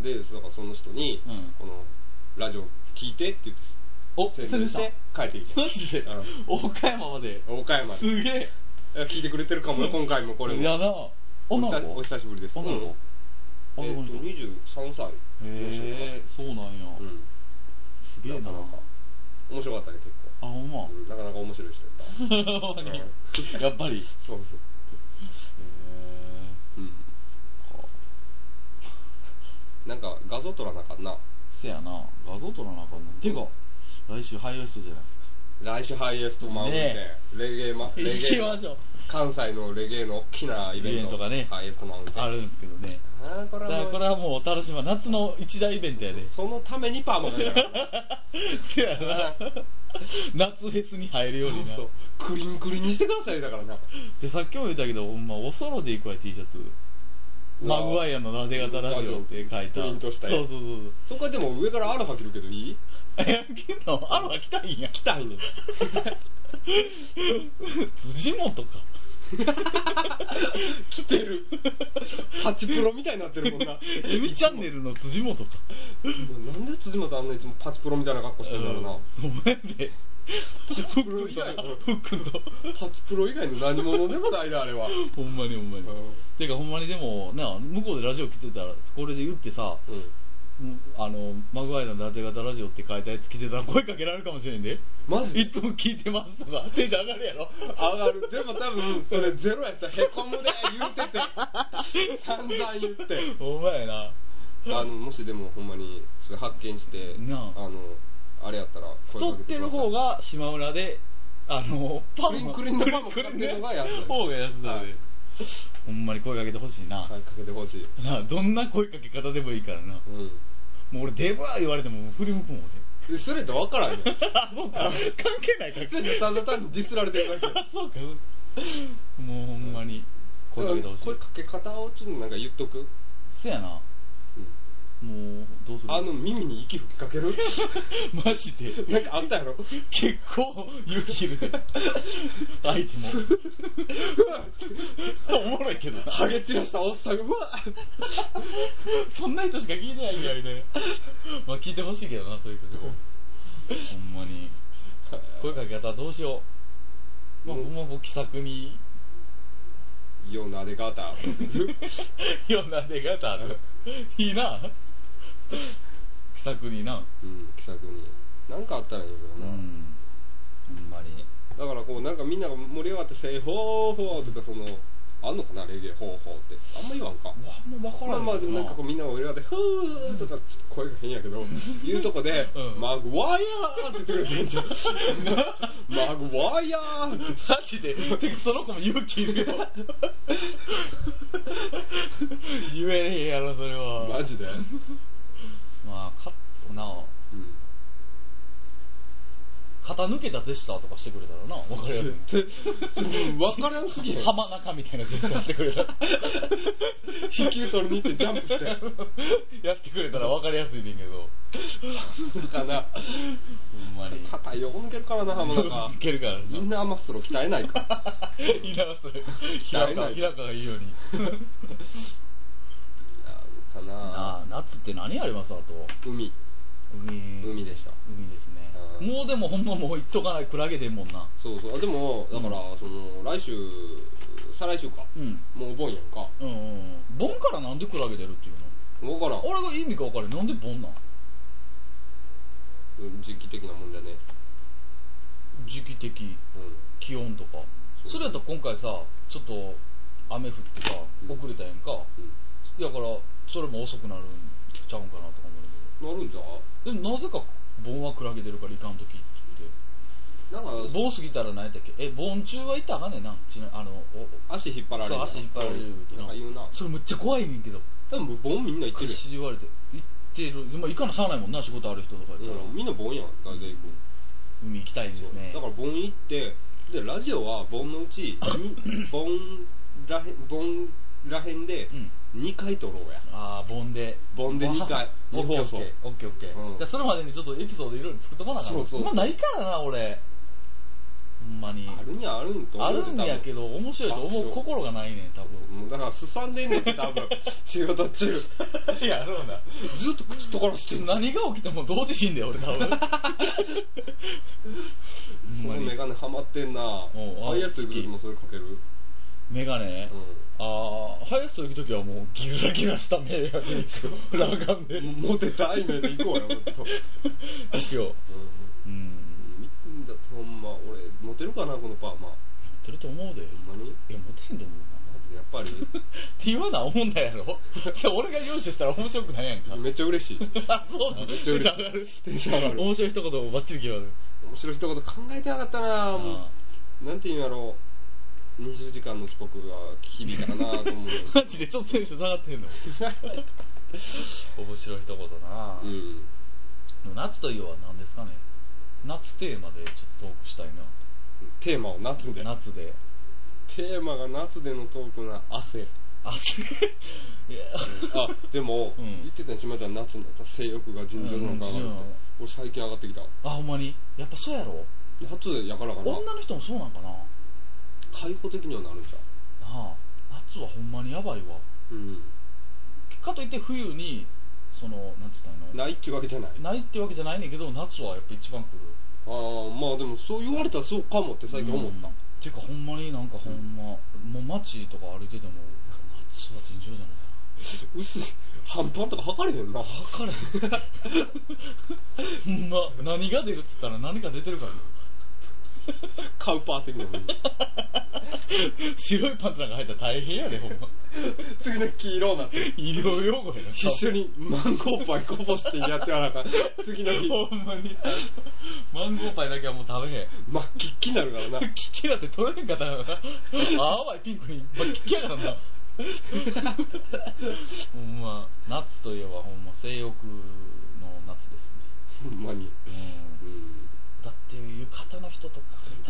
で、だからその人に、
うん
この、ラジオ聞いてって言って、
お、
宣
そ
伝
れ
し
さ、
て帰ってきて。
マジで
うん、
岡山ま で。
岡山
す
で。
げえ。
聞いてくれてるかもよ、今回もこれも。
やな。
お
女
久
の子
お久しぶりです。
女の子
うんえっ
女
と、
の子
23歳。
へえ、そうなんや。
うん。
すげえな。
なかなか
あ、
面白かったね、結
ほんま。
構。うんなかなか面白い人やった。
ほんまに やっぱり。へ
そうそう。
え。
うん。なんか、画像撮らなあかんな。
せやな。画像撮らなあかんの。てか、来週ハイエストじゃないですか。
来週ハイエストマウンテ
ね
ン、レゲエマ、レゲエの
行きましょう
関西のレゲエの大きなイベント
イベントがね
ハイエストマウンテン。
あるんですけどね。
あーこれ
だ
は
から
もう
これはもうお楽しみ。夏の一大イベン トやで。
そのためにパーマかけたから。
せやな。夏フェスに入るようにな。
そうクリンクリンにしてくださいだからな。
で、さっきも言ったけど、ほんま、おそろで行くわ、T シャツ。マグワイアのなで型ラジオって書いた。
プリントした
そ
や
う
つ
そうそうそう。
そこはでも上からアルファ着るけどいい
え、けど、アロハ来たいんや。
着たいね ん。
辻元か。
着てる。ハチプロみたいになってるもんな。
エミチャンネルの辻元か。
なんで辻本あんないつもパチプロみたいな格好してるんだろうな。
お前で。フックンと、フックンと。
パチプロ以外の何者でもないな、あれは。
ほんまにほんまに。てかほんまにでも、な、向こうでラジオ来てたら、これで言ってさ、
うん。
あの、マグワイの伊達型ラジオって書いたやつ来てたら声かけられるかもしれんで。
マジで
いつも聞いてますとか、テンション上がるやろ。
上がる。でも多分、それゼロやったらへこむね、言うてて。 散々言って。
お前やな。
あの、もしでもほんまに、それ発見して、
なあ
あの、あれやったら声
太
か
っ
け
て
てく
る
ださい
方、が島村で、あの、パンマ
クリンクリンのパンマかかってるのが安い
方が安い
はい
ほんまに声かけてほしいな。
はい、かけてほしい。
なあどんな声かけ方でもいいからな。
う
もう俺デブー言われても振り向くもん俺。
ん。それって分からんよ。
あ、そうか。関係ないか。
それただ単にディスられてるだけ。
あそうか、そうか。もうほんまに、声かけてほしい。
声かけ方をちょっとなんか言っとく。
せやな。もう、どうする
あの、耳に息吹きかける
マジで。
なんかあったやろ
結構、勇気いるね。相手も。おもろいけどな。
ハゲ散らしたおっさんが、うわ
そんな人しか聞いてないんや、みたいな。まあ聞いてほしいけどな、そういうことも。ほんまに。声かけ方どうしよう。まあ、
もう
ほんま僕、気さくに、
ようなでガタ。
ような出方ある。いいな。気さくにな。
うん、気さくに。なんかあったらいいけ
う
どな。
ん。ほんまに。
だからこう、なんかみんなが盛り上がって、せーほーほーとか、その、あんのかな、レゲエほーほーって。あんま言わんか。
あんま分
ま
か
あ
らん
まあ、でもなんかこうみんなが盛り上がって、ふーとか、ちょっと声が変やけど、言うとこで、
うん
マグワイヤーって言ってくれるじゃん。マグワイヤーって。
マジで、てかその子も勇気いるよ。 言えねえやろ、それは。
マジで。
まあ、か、な
うん
肩抜けたジェスチャーとかしてくれたらな、分かるやすい。
わからんすぎへん。
浜中みたいなジェスチャーしてくれたら。
引き取りに行ってジャンプして。
やってくれたら分かりやすいねんけど。
だから、
ほんまに。
肩横抜けるからな、浜中
い。けるからな。
インナーマッスルを鍛えないから。
いなそれ。平川、平川がいいよ うに。
か
な
な
あ、夏って何ありますあと。
海。
海。
海でした。
海ですね
うん
もうでもほんまもう行っとかないクラゲでんもんな
そうそう。あでも、だから、その、来週、再来週か。
うん
もうお盆やんか。
うんうんうんボンからなんでクラゲ出るっていうの
わからん。
俺が意味が分かるなんでボンなん
うん時期的なもんだね。
時期的
うん。
気温とか
そう
それやったら今回さちょっと雨降ってさ
うん
遅れたやんか
う
だからそれも遅くなるんちゃうんかなとか思うん
ん。な
だ
るんじゃう
けどでもなぜかボンはクラゲ出るからいかんときって
なんか、
ボン過ぎたら何やったっけえボン中は行ったらあかんねんなちなあのおお
足引っ張られる
そう
な。
足引っ張られる
うんなんか言うな。
それめっちゃ怖いねんけど
多分、盆みんな行ってるやん
口言われて行ってる、まあ、行かなしゃあないもんな仕事ある人とかいたら、
うん。みんな盆やん。大体行く。
海行きたいですね
だから盆 行って、で、ラジオは盆のうち、に盆らへん、盆らへんで
うん、
2回撮ろうや。
あー、盆で。
盆で二回
オッケー
二放
オッ
送
ケー。オッケーオッケ
うん
ー。じゃあそれまでにちょっとエピソードいろいろ作っとかなあかん
そうそう
まあないからな、俺。ほんまに。
あるにはあるんと
あ
思う
るんやけ
ど。
ど、面白いと思う心がないねん、多分。
もうだから、すさんでん ねんって多分、仕事中。
いや、そ うだ。
ずっと口とからしてんの。
何が起きても同時死んだよ、俺、多分。
そのメガネハマってんな
う
ああいうやつ行く時もそれかけるうん。
メガネああ、早く行くときはもうギラギラした目が出てきて、フラガンで。
モテたい目で行こうよ、 ほんと
ですよ。
う
うん。
ん。見てんだってほんま、俺、モテるかな、このパーマ。ほ
モテると思う
ん
で。い
まに
や、モテんと思うな。
なんでやっぱ り、
って言わな思んだやろ。いや、俺が用意したら面白くないやんか。
めっちゃ嬉しい。
あ、そうなの
めっちゃ嬉しい
テ
テ
ン
ン
シ
シ
ョ
ョ
ン
ン上が
上がる。
る
面白い一言もバッチリ決まる。
面白い一言考えてなかったなもう、なんていうんやろう、20時間の遅刻が響いたかなと思 う。
マジでちょっとテンション下がってんの面白い一言な、
うん。
夏というは何ですかね夏テーマでちょっとトークしたいな
テーマを夏で。
夏で
テーマが夏でのトークな汗。
汗 いや
あ、でも、
うん
言ってたね、島ちゃん夏になったら性欲が尋常なのか上がるって
うんうん
俺最近上がってきた。
あほんまにやっぱそうやろ
夏でやからかな。
女の人もそうなんかなな
開放的にはなるんじゃ
あ夏はほんまにやばいわ
ん。うん。
かといって冬にそのなんて言ったらいいの
ないってわけじゃない。あ
ないってわけじゃないねんけど夏はやっぱ一番来る
あー、まあでもそう言われたらそうかもって最近思った。
てかほんまになんかほんま、もう街とか歩いてても夏は尋常じゃないな
薄い、半端とか測れへん な。
分からへん ほんま何が出るっつったら何か出てるからね
カウパー的なもん。
白いパンツなんか入ったら大変やでほんま
次の黄色になってる。
医療用語やな
一緒にマンゴーパイこぼしてやってやらなあかん。次の日、
ほんまにマンゴーパイだけはもう食べへん
真っきっきになるからな。
キキだって取れへんかったからな淡いピンクにバッキやからな ほんま夏といえばほんま性欲の夏です
ほんまに。
ねうん
う
だって浴衣の人と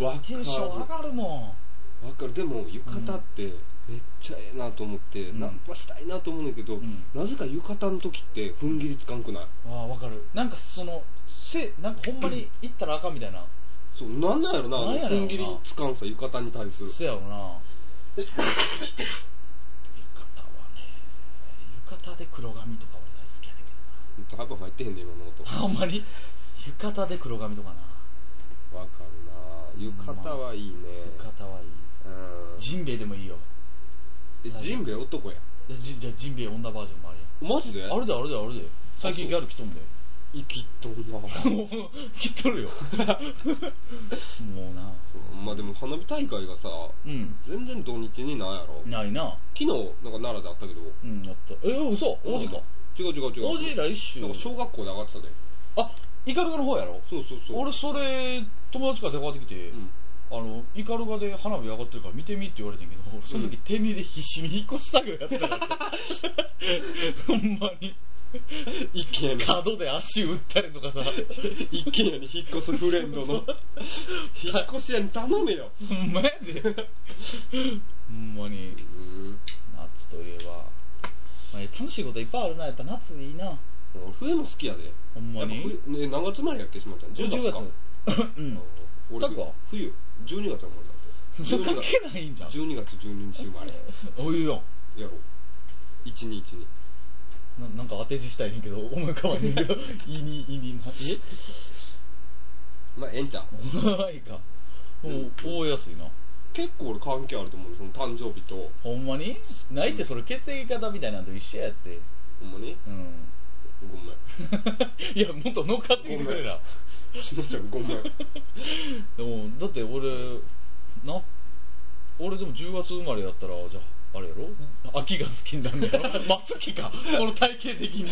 わ
か
かる
テンション上がるも
ん。わかる。でも、浴衣ってめっちゃええなと思って、
うん
ナンパしたいなと思うねんだけど、
うん
なぜか浴衣の時って踏ん切りつかんくない。
んああわかるなんかそのせなんかほんま に行ったらあかんみたいな、
そう、なんなんやろな、あ
なん
の
やろな
踏ん切りつかんさ、浴衣に対する。
せやろな浴衣はね浴衣で黒髪とか俺大好きやねんけ
多分入ってへんね今の音。
どなあんまり浴衣で黒髪とかな
わかるな浴衣はいいね。
浴衣はいい
うん
ジンベエでもいいよ
えジンベエ男や。
でじじゃあジンベエ女バージョンもある
マジで
やんあれだあれだあれだよ最近ギャル来とんだよ
生きっとるな
来とるよもうな
まあでも花火大会がさ、
うん
全然土日にないやろ。
ないな
昨日、なんか奈良であったけど。
うんやったえ嘘王子か
違う違う違う。
王子来週
なんか小学校で上がってたで。
あイカルガの方やろ
そうそうそう。
俺それ友達から電話かかってきて、
うん。
あのイカルガで花火上がってるから見てみって言われてんけど俺その時、
うん
手見で必死に引っ越し作業やってたからほんまに
一軒家に、
角で足打ったりとかさ
一軒家に引っ越すフレン ドの、引っ越し屋に頼めよ。
ほんまやでほんまに
うん。
夏といえば、まあ、楽しいこといっぱいあるなやっぱ夏いいな
俺冬も好きやで。
ほんまに
やっぱ冬、ね、何月生まれやっけしまったん
10
10月か。
月うん
俺
タクは、
冬、12月生まれ
それ
だっ
関
て。
係ないんじゃん
12月12日生まれ。
おいよ
やろ。1212。
ななんか当て字したいねんけど思い浮かばへんけど いいにいいになえ
まあ、ええんちゃう
おいかお
うん
覚えやすいな
結構俺関係あると思うその誕生日と、
ほんまにないってそれ血液型みたいなんと一緒やって
ほんまに
うん
ごめん。
いやもっと乗っかってきてくれな
しのちゃんごめ ん。
でもだって俺な俺でも10月生まれやったらじゃああれやろ秋が好きになるんだ ろまあ好きかこの体型的に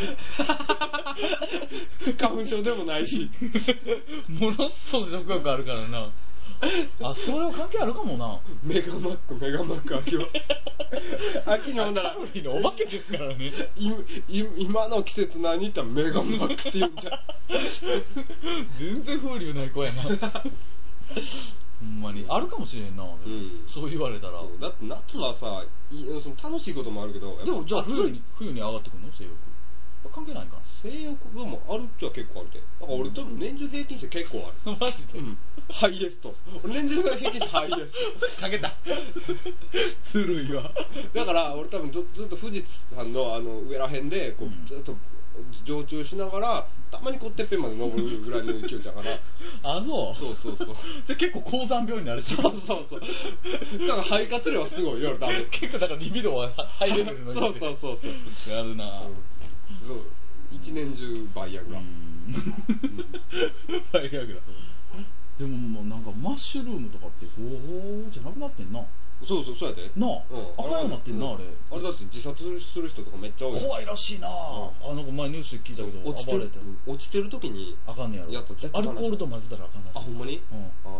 花粉症でもないし。
ものすごい食欲あるからなあそれは関係あるかもな
メガマック、メガマック、秋は。 秋の な
カ
ら
ロ、リーのお化けですからね
いい今の季節何言ったらメガマックって言うんじゃん。
全然風流ない子やなほんまに。あるかもしれんな、でも
うん
そう言われたら。
そうだって夏はさいその楽しいこともあるけどやっぱ
でも、じゃあ
暑い
冬に、冬に上がってくるの性欲。関係ないんか
性欲でもあるっちゃ結構あるでだから俺多分年中平均して結構ある
な。マジで
ハイエスト俺年中平均してハイエス
かけた。ずるいわ。
トだから俺多分ずずっと富士山のあの上らへんでこ
う
う
ん
ずっと常駐しながらたまにこうてっぺんまで登るぐらいの勢いだ から
あ、そう。
そうそうそう
じゃあ結構高山病になる
そうそうそうだから肺活量はすごいよ多分
結構だからリビドはハイレベルの
そうそうそうそう
やるなぁ。
そう一年中バ イアグラ、
ハイレベルだ。でももうなんかマッシュルームとかって、おーじゃなくなってんな。な
そうそうそうやで
あ、あかんようになってんな、あれ。
あれだって自殺する人とかめっちゃ多いよ
怖いらしいなぁ。あ、なんか前ニュースで聞いたけど、
落ちて
暴れ
る
てる。
落ちてる時に
あかんねやろ。
やった絶対
ア
あかん
ルコールと混ぜたらあかんな。
あほんまに
うん。
ああ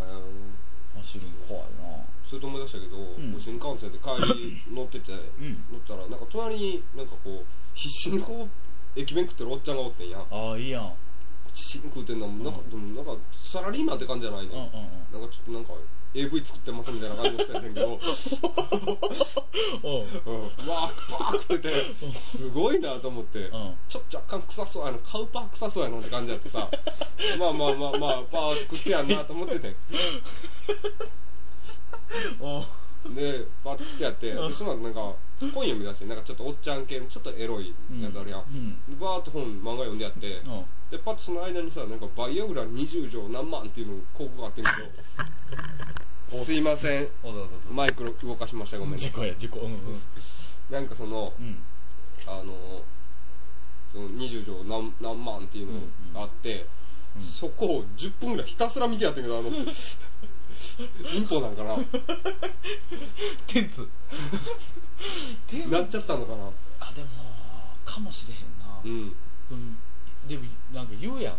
マッシュルーム怖いなぁ。
それと思い出したけど、
ん
もう新幹線で帰り乗ってて、
ん
乗ったらなんか隣になんかこう必死にこう駅弁食ってるおっちゃんがおってんや
ああ、いいやん。
必死に食うてんのなんか、
うん
でもなんかサラリーマンって感じじゃない
うんうん
の、
うん。
なんかちょっとなんか AV 作ってますみたいな感じでしてんねんけど
うん。
うん、わーバー食っててすごいなと思って、
ん
ちょ若干臭そうあのカウパー臭そうやなって感じやって さまあまあまあまあパー食ってやんなと思っててでパー食ってやって
うん
でその後なんか本読み出してなんかちょっとおっちゃん系のちょっとエロいやつあるやん、
うん
でバーって本漫画読んでやって、
うん。
でパッとその間にさなんかバイオグラ20錠何万っていうの広告があってんけどすいません
おだおだおだ
マイクロ動かしましたごめんなさ
事
い
故や、事故。うんうん。
なんかその、
うん。
あの、その20条何何万っていうのがあって、
うんうん
そこを10分ぐらいひたすら見てやってんけ ど、あの、インポなんかな
テン ツ。テ
なっちゃったのかな
あ、でも、かもしれへんな。
うん。
うん。でも、なんか言うやん。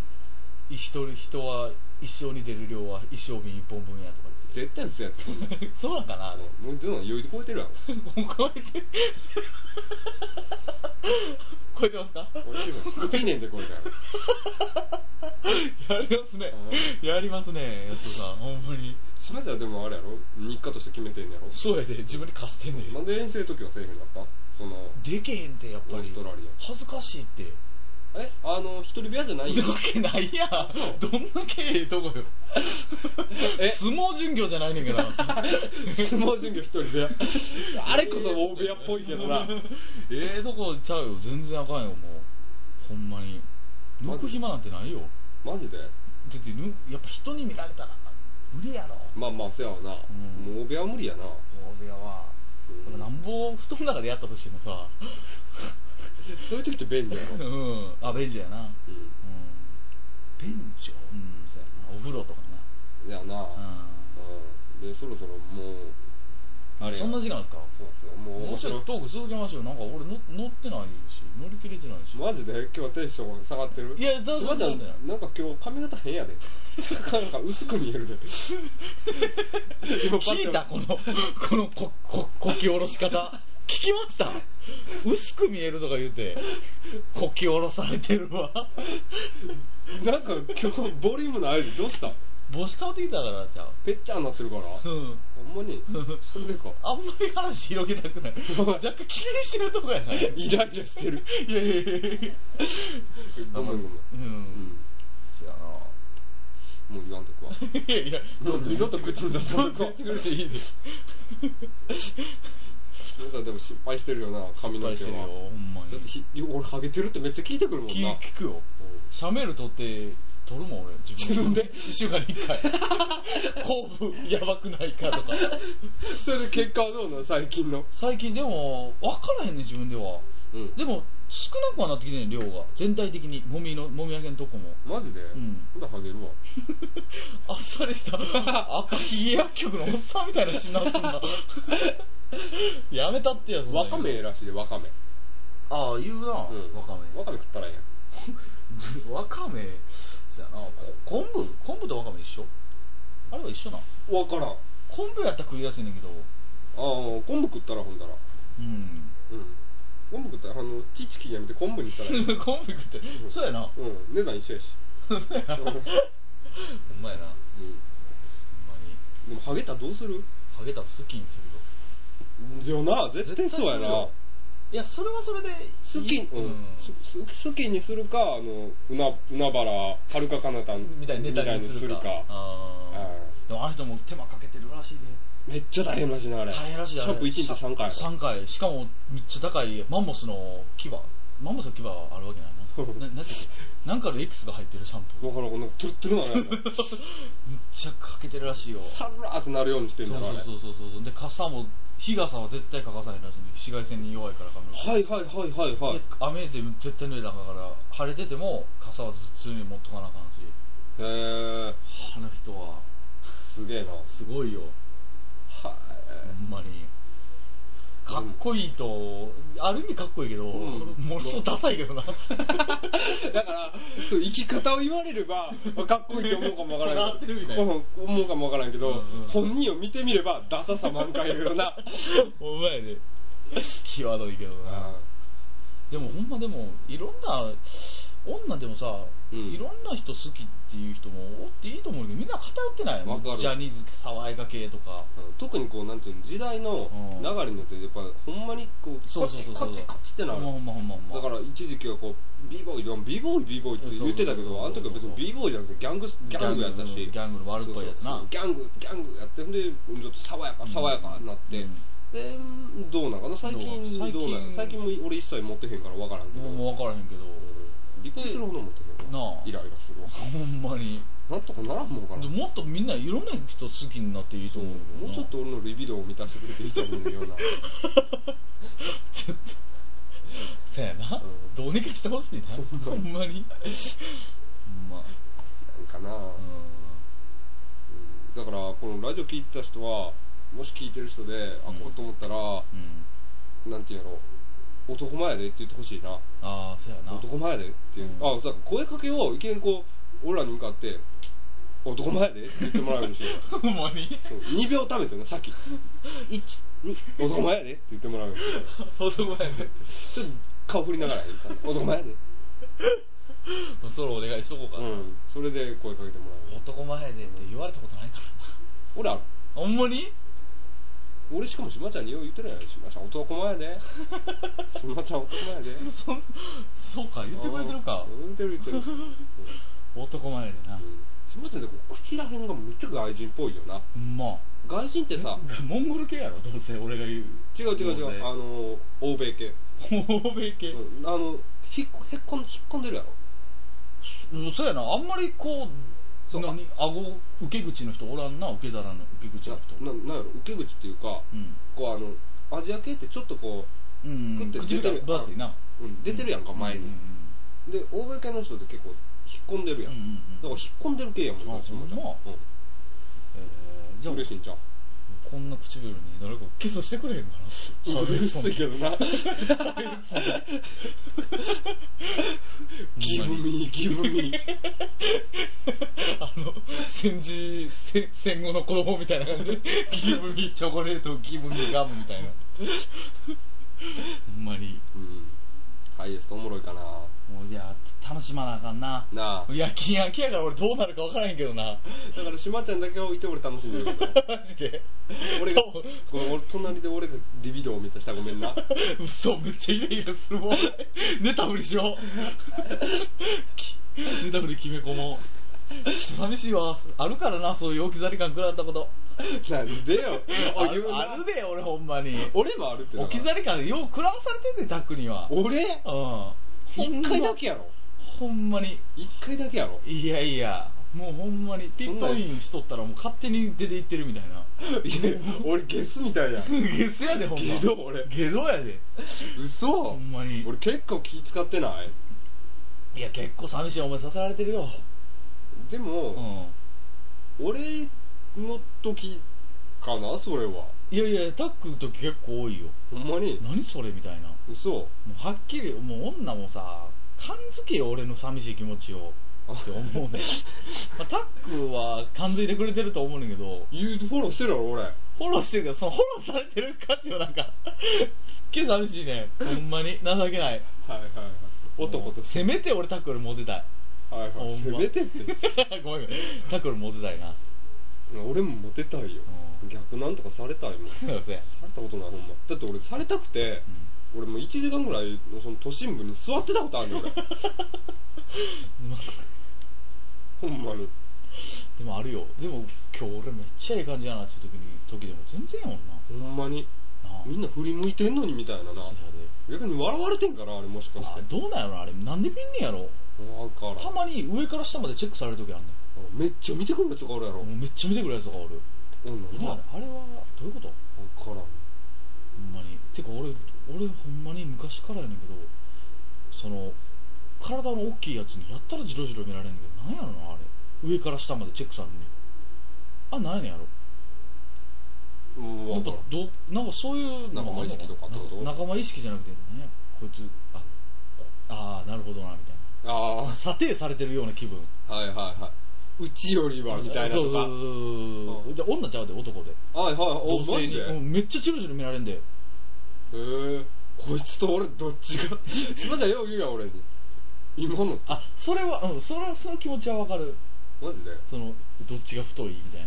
一人、人は一生に出る量は一生瓶一本分やとか
絶対嘘やつ。
言って。そうなんか な、あ
あ
れ
の。もう、でも余裕で超えて るやん。
もう超えて。超えてますか
超えてるやん。1年で超えたやん。
やりますね。 やりますね、やつさん。ほんまに。
それじゃでもあれやろ日課として決めてんやろ
そうやで、自分で貸してんねん
なんで遠征の時はセーフになったその、
でけへんって、やっぱ
オー
り
ス。トラリ
恥ずかしいって。
ア。えあの、一人部屋じゃないん
い
や
るわけないやん。どんだけええとこよ。
え
相撲巡業じゃないねんけ ど。
相撲準備一人部屋。あれこそ大部屋っぽいけど な。
ええとこちゃうよ。全然あかんよ、もう。ほんまに。抜く暇なんてないよ。だ
マジで
ってぬ、やっぱ人に見られたら、無理やろ。
まあまあ、せやわな。
ん
もう、大部屋は無理やな。
大部屋は。でもなんぼ布団の中でやったとしてもさ。
そういう時って便利 やろ。
うん。あ、便所や
う
な。うん。便所うん、そうやな。お風呂とか
ん。やな。
な。
うん。で、そろそろもう、
うん。
あれや
そんな時間ですか
そうそう、もう
面
面
白
白
い
い。
トーク続けましょう。なんか俺の乗ってないし、乗り切れてないし。
マジで今日はテンション下がってる
いやそうそう
まだ
そうだよ
なんか今日髪型変やで。 なんか薄く見えるで。今パッと
聞いた この、このこ、こ、こき下ろし方。聞きました薄く見えるとか言うて、こき下ろされてるわ。
なんか今日ボリュームの合図どうした
帽子買うてきたからちゃう。
ぺっちゃんなって るから。
う
ほ
ん。
んまに。それでか。
あんまり話広げたくない。若干気にしてるとこやない。
イライラしてる。
いやいやいやいや
ごめんごめん。
う。
うんん。
そやな
もう言わんとくわ。
いやいや、
もう二度と口に出さ
そ
な
う
い
言ってくれていいです。
なんかでも失敗してるよな、髪の毛
失敗してるよ、
は。
ほんま
だって
に。
ひ俺ハゲてるってめっちゃ聞いてくるもんな。
聞くよ。シャメール取って、取るもん俺、自分で。一週間に一 回。甲府、やばくないかとか。
それで結果はどうなの最近の。
最近でも、分からへんねん自分では。
うん。
でも、少なくはなってきてんねん量が。全体的に、もみの、もみあげのとこも。
マジで
ん
ほなハゲるわ。
あっさりした。赤ひげ薬局のおっさんみたいな死なすん だ。やめたってやつ。
わかめらしいで、わかめ。
ああ、言うな、わ
うん
か
わかめ食ったらえ
め。 わかめ、じゃな、こ昆布昆布とわかめ一緒あれは一緒なん。
えやん。わからん。あ
昆布やったら食いやすいねんけど、
あ、昆布食ったらほんだら。
うん。
うん。昆布食ったら、あの、チチキやめて昆布にした らええ
コンビ食って、そうやな。
うん。値段一緒やし。
ほんまやな。ほんま
うん。
に。
でもハゲたらどうする
ハゲたら好きにするよ。
じゃな、絶対そうやな。
いや、それはそれで
好き、
う
うんん、すす好きにするか、あの、うな、うなばら、はるかかなた
みたいなネタにするか。あー
う
でもあの人も手間かけてるらしいで。
んめっちゃ大変らしいな、あれ。
大変らしいで
シ
あ
ャー
れ
プ1日3回。
3回。しかも、めっちゃ高いマンモスの牙。マンモスの牙はあるわけない な。な、なんていうのなんかのエキスが入ってるシャンプー。
だからこんなトゥルトゥルなのや
めっちゃかけてるらしいよ。
サラーってなるようにして
そ
る
うん
だ
そ
よ、あれ。
うそうそうそう。で、傘も、日傘は絶対欠かさないらしいんで、紫外線に弱いから髪の毛
はいはいはいはいはい
で。雨で絶対濡れたから、晴れてても傘は普通に持っとかなあかんし、
へー、
あの人は、
すげえな。は
すごいよ、ほんまに。かっこいいと、ある意味かっこいいけど、
うん
もうそうダサいけど な。
い。だから、そう生き方を言われれば、まあかっこいいって思うかもわからない。
笑ってるみたいな
うん思うかもわからんけど、
うんうん
本人を見てみれば、ダサさ満開やけどな。
ほんまやで。際どいけどな。でもほんまでも、いろんな、女でもさ、
うん
いろんな人好きっていう人もおっていいと思うけど、みんな偏ってない
わかる
ジャニーズ爽やか系とか。
あの特にこう、なんていうの、時代の
うん
流れによって、やっぱ、ほんまにこう、
そうそうそうそう
カチカチカチってなる。
ほんまほんまほんま。
だから一時期はこう、b ボーイでも、b ボーイ、b ボーイって言ってたけど、あ
そう
の
そ
時
うそうそう
は別に b ボーイじゃなくてギャング、ギャングやったし、
ギャングの悪っぽいやつな
そうそうギャング、ギャングやって、んで、うんちょっと爽やか、爽やかになって、
うん
で、どうなんかな、最近
どう
どうなんや
最
最
近
近も俺一切持ってへんから分からんけど、
もうもう分からへんけど、
離婚するほど持ってへんわ
なあ
イライラするわ。
ほんまに。
なんとかならんもんかな。
でもっとみんないろんな人好きになっていいと思うけど
もう
な
ちょっと、俺のリビドーを満たしてくれていいと思うんだよな。
ちょっと、そやな、
うん
どうにかしてほしいな、ほ
ほんまに
んまに。ほん
なん
ま。
かな、
う
だから、このラジオ聞いてた人は、もし聞いてる人で、あ、こうと思ったら、
ん。うん。
なんていうの男前やでって言ってほしいな。
ああ、そやな。
男前やでっていう。
うん
あ、だから声かけを、いきなりこう、俺らに向かって、男前やでって言ってもらうようにしよ う。
ほんまに
そう2秒 貯めてな、さっき。1、2、男前やでって言ってもらうようにしよう
男前で。
ちょっと顔振りながらやで 男前やで。
それお願いしとこう
う
かな。
ん。それで声かけてもらうよ。
男前でって言われたことないからな。
俺ある。
ほんまに
俺しかも島ちゃんによう言ってないやん。島ちゃん男前やで。島ちゃん男前やで。
そんそうか、言ってくれてるか
あ。ー言ってる言って る。
男前でな。
島ちゃんってこう口らへんがめっちゃ外人っぽいよな。
ほんま。
外人ってさ、
モンゴル系やろ、どうせ俺が言う。
違う違う違う、あの、欧米系。
欧米系。
うんあの、ひっこ、へっこん、引っ込んでるやろ。
うん、そうやな、あんまりこう、
そう
何、顎、受け口の人おらんな、受け皿の受け口の人。
な、なんやろ、受け口っていうか、
うん。
こうあの、アジア系ってちょっとこ
うんうん。
食って
口
出て
が
る
分厚いな。
う、うん、出てるやんか、前に。
うん
で、欧米系の人って結構引っ込んでる
う
や
んうん
ん。だ
う
か
んうん
ら引っ込んでる系やもん
あ
な、島ちゃん。
ほんま
う
えーじゃ
ん。嬉しいんちゃう
あ、こんな唇に誰かキスしてくれへんかな。
嬉しいけど な。 ギブミー、ギブミー。
あの、戦時、戦戦後の子供みたいな感じで、ギブミーチョコレート、ギブミーガムみたいな。ほんまに。
うん。ハイエストおもろいかな。
もういや、楽しまなあかんな。
なあ。
夜勤明けやから俺どうなるか分からへんけどな。
だから島ちゃんだけ置いて俺楽しんでるけど。
マジで。
俺が、この俺隣で俺がリビドーを満たしたらごめ んな。
嘘、めっちゃイライラするもん。寝たふりしよう。き寝たふり決め込もう。寂しいわ。あるからな、そういう置き去り感食らったこと。
なんでよ。
あ
言う
る
な
あるで、俺ほんまに。
俺もあるってだ
置
か
き
ら
去り感よう食らわされてんねん、タックには。
俺
う
一
ん。
回だけやろ。
ほんまに。
一回だけやろ。
いやいや、もうほんまに、ティットインしとったらもう勝手に出て行ってるみたいな。
いや、俺ゲスみたいやん。
ゲスやで、ほんま。
ゲド俺
ゲドやで。
嘘
ほんまに。
俺結構気使ってない
いや、結構寂しい思いさせられてるよ。
で
う
も、
ん。
俺の時かな、それは。
いやいや、タックの時結構多いよ。
ほんまに。
何それみたいな。も
嘘。
うはっきり、もう女もさ、感づけよ、俺の寂しい気持ちを。って思 うね。まあタックは感づいてくれてると思うねんだけど、
言うフォローしてるやろ、俺。
フォローしてるけど、そのフォローされてる感じもなんか、すっげえ寂しいね。ほんまに。情けない。
はいはいはい。男として。
せめて俺タックルモテたい。
はいはい。
ほん
せ
ま
めてって。
ごめんごめん。タックルモテたいな。
俺もモテたいよ
う。ん
逆なんとかされたいもん。さ
そうですね。
れたことない、ほんま。だって俺、されたくて、俺もう1時間ぐらいのその都心部に座ってたことあるよ、俺。
うんま
ほ んまに。
でもあるよ。でも今日俺めっちゃええ感じやなっていう時に、時でも全然やもんな。
ほんまに。
なあ
みんな振り向いてんのにみたいなな
そ。
逆に笑われてんかな、あれもしか
うや
し
であ
て。
どうなんやろなあれ。なんで見んねんやろ。
わから
た
ん。
まに上から下までチェックされる時あんねん。
めっちゃ見てくるやつがあるやろ。
もうめっちゃ見てくるやつとかおる。
うん、なん
ま
わ
あ、あれは、どういうこと
からん。
ほんまに。てか俺、俺ほんまに昔からやねんけど、その、体の大きいやつにやったらジロジロ見られんねんけど、なんやろな、あれ。上から下までチェックされんねん。あ、なんやねんやろ。
うん、
な
わ
ん
か
から
ん。
ど、なんかそういうのもあるの
仲間意識とかってこと
なん仲間意識じゃなくて、なんや、こいつ、あ、あーなるほどな、みたい
あ
な。査定されてるような気分。
あ、はいはいはい。うちよりは、みたいな
そう
と
そ
か。
うそうそうう。
ん
で、女ちゃうで、男で。
はいはい、お、
同
マ
性
ジ
に
で
う
へ
んめっちゃジロジロ見られんで。
え。こいつと俺どっち が。すまちゃんよう言うやん、俺に。今の。
あ、それは、うん、それは、その気持ちはわかる。
マジで。
その、どっちが太いみたい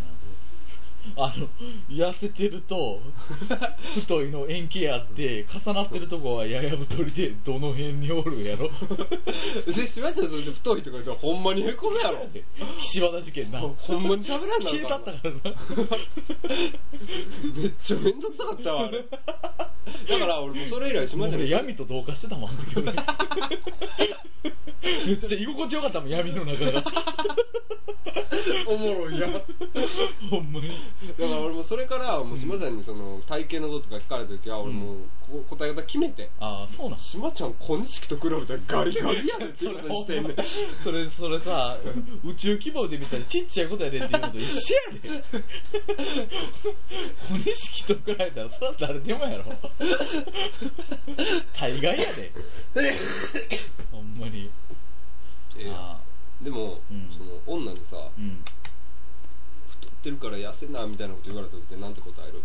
な。あの、痩せてる と、太いの円形あって、重なってるとこはやや太りで、どの辺におるやろ。
で、しまちゃんそれで太いって言われたらほんまにへこむやろ。
岸和田事件な。
ほんまに喋らんな
消え
る
たった
ら
からな。
めっちゃ面倒くさかったわ、あれ。だから俺もうそれ以来しまちゃん
俺
に。
闇と同化してたもん、あの時 俺めっちゃ居心地よかったもん、闇の中が。
おもろいやん。だか
ほんまに。
ら俺もそれから、もう島ちゃんにその体型のことが聞かれた時は、俺もうこ答え方決めて。
ああ、そうなん。
島ちゃん、小錦と比べたらガリガリ やんっていうことにしてんねん。
それ、それさ、宇宙規模で見たらちっちゃいことやでっていうのと一緒や で。小錦と比べたら、そら誰で もやろ。大概やで。ほんまに。
ええ
あ
でも、
うん
その女にさ、
あ、うん。
太ってるから痩せなみたいなこと言われた時ってなんて答える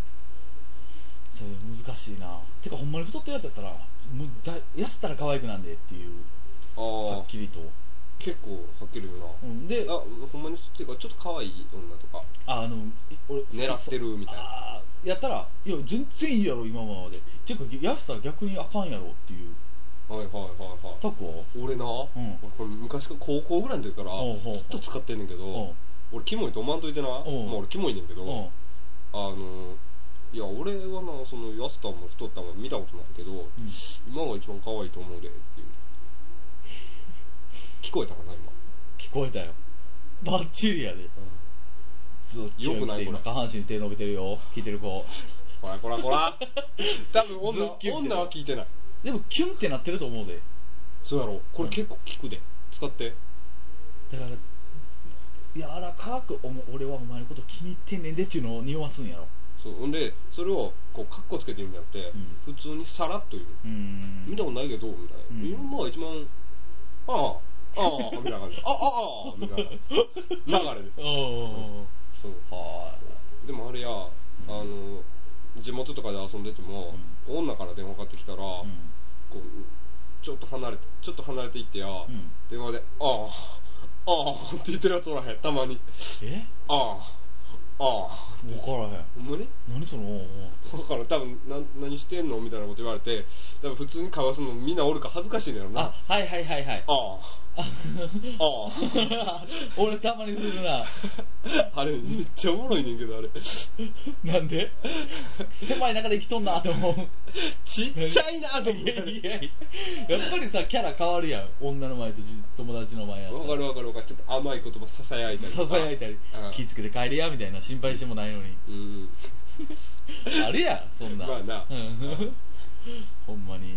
それ難しいな。てか、ほんまに太ってるやつやったら、もうだ痩せたら可愛くなんでっていう、は
ああ
っ、きりと。
結構はっきり言うな。
うん、で、
あ、ほんまに太ってるから、ちょっと可愛い女とか、
ああの、い俺、
狙ってるみたいな。
あーやったら、いや、全然いいやろ、今まで。てか、やしたら逆にあかんやろっていう。
はいはいはいは。
タクはい
俺な、
ん
俺これ昔から高校ぐらいの時から
おうおう
ずっと使ってんねんけ
う
ど、俺キモいと思わんといてな、まあ
おう
俺キモいねんけ
ん。うん
ど、。あの、いや俺はな、その痩せたも太ったも見たことないけど、
うん
今が一番可愛いと思うでっていう聞こえたかな今、
聞こえたよ。バッチリやで。ずっと
よくないこれ
今下半身手伸びてるよ。聞いてる子。
こらこらこ ら多分女は
ズッキュンって
女は聞いてない
でも、キュンってなってると思うで。
そうやろこれ結構聞くで使って
だから、柔らかく、おも俺はお前のこと気に入ってんねんでっていうのを匂わすんやろ。
そうほんでそれをこうカッコつけてるんじゃなくて、
う
普通にさらっと言う
うーん。
見たことないけどみたいな、
うん
今が一番ああああみたいな感じああああみたいな流れで
おー
そう
は
でもあれや、あの地元とかで遊んでても、女から電話かかってきたら、
ーい。うん。
こう、ちょっと離れて、ちょっと離れていってや、
うん
電話で、ああ、ああって言ってるやつおらへん、たまに。
え
ああ、ああ。
分からへん。
ほんまに
何その、おーおー
だから多分な、何してんのみたいなこと言われて、多分普通に会話するのみんなおるから恥ずかしいんだよな。あ
あ、はいはいはいはい。
あ、あ
俺たまにするな。
あ。あれ、めっちゃおもろいねんけど、あれ。
なんで狭い中で生きとんなと思う。
ちっちゃいなと思っ
い
て。
やいやいや。やっぱりさ、キャラ変わるやん。女の前とじ友達の前やったら
わかるわかるわかる。ちょっと甘い言葉囁いたりと
さ
か。
さやいたり
うん、
気ぃつけて帰れや、みたいな心配してもな いのに。
うん。
あれや、そんな。
まあな
うんほんまに。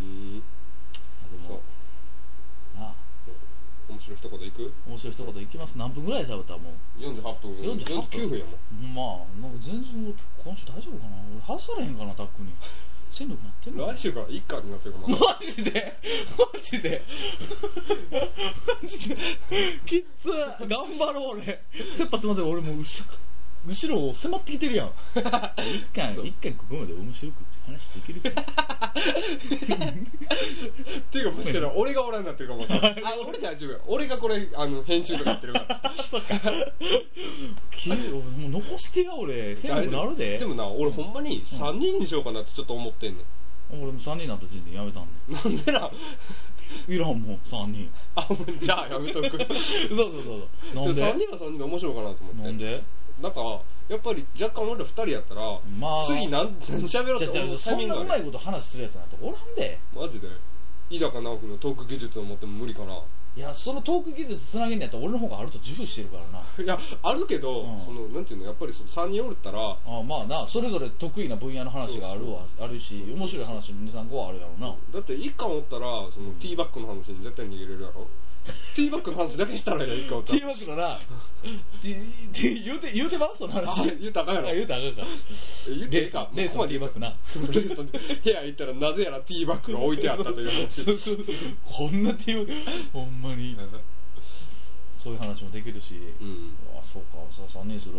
うん。
で
そう
も、。なあ
面白い一言いく
面白い一言いきます。何分ぐらいで喋ったもう。
48分
48
49分やもん
まあ、なんか全然、今週大丈夫かな俺、外されへんかな、タックに。戦力なってんの
来週から一巻になってるか
マ
も
ジでマジでマジできっつ頑張ろう俺切羽詰まって俺もううしゃ後ろ迫ってきてるやん。
一巻、一巻ここまで面白く話できるか
っていうか、もしかしたら俺がおらんなってるかもわからんあ、俺大丈夫よ。俺がこれ、あの、編集とかやってる から。
きもう残してや、俺。せやなくなるで。
でもな、俺ほんまに3人にしようかなってちょっと思ってんね
俺も3人になった時点でやめたんね
ん。なんでな、
いらんもん、3人。
あ、ほんじゃあやめとく。
そうそうそうそう。なんで
3人は3人で面白いかなと思って。
なんで
なんか、やっぱり若干俺ら2人やったら、
まあ。
次何何喋ろう
じ
って
ゃじ
思
ゃ
う
そ
タイミ
ん
ン
な
グ
う
が
ま
あ
い
る。
こと話するやつなんておらんで。
マジで。井高直樹のトーク技術を持っても無理かな。
いや、そのトーク技術つなげんのやったら俺の方があると自負してるからな。
いや、あるけど、
うん
その、なんていうの、やっぱりその3人おるったら、
ああまあな、それぞれ得意な分野の話があるわ、あるし、面白い話の2、3個はあるやろうな。
だって1巻おったら、その、ティーバックの話に絶対逃げれるやろ。ティーバックの話だけしたらや、1巻おっ
って
た
いう
ら。
わけのな、ってって言うて、言うてますその
あ
話。
言うたらあかんやろ
あ言うたらあかんか。
え言っ
レ
てい
ース
いか
の、レースのティーバックな。
レースの部屋行ったら、なぜやらティーバックが置いてあったという 話。
そうそうこんなティー、ほんまに。そういう話もできるし。
うん。
あ、そうか、さ3人する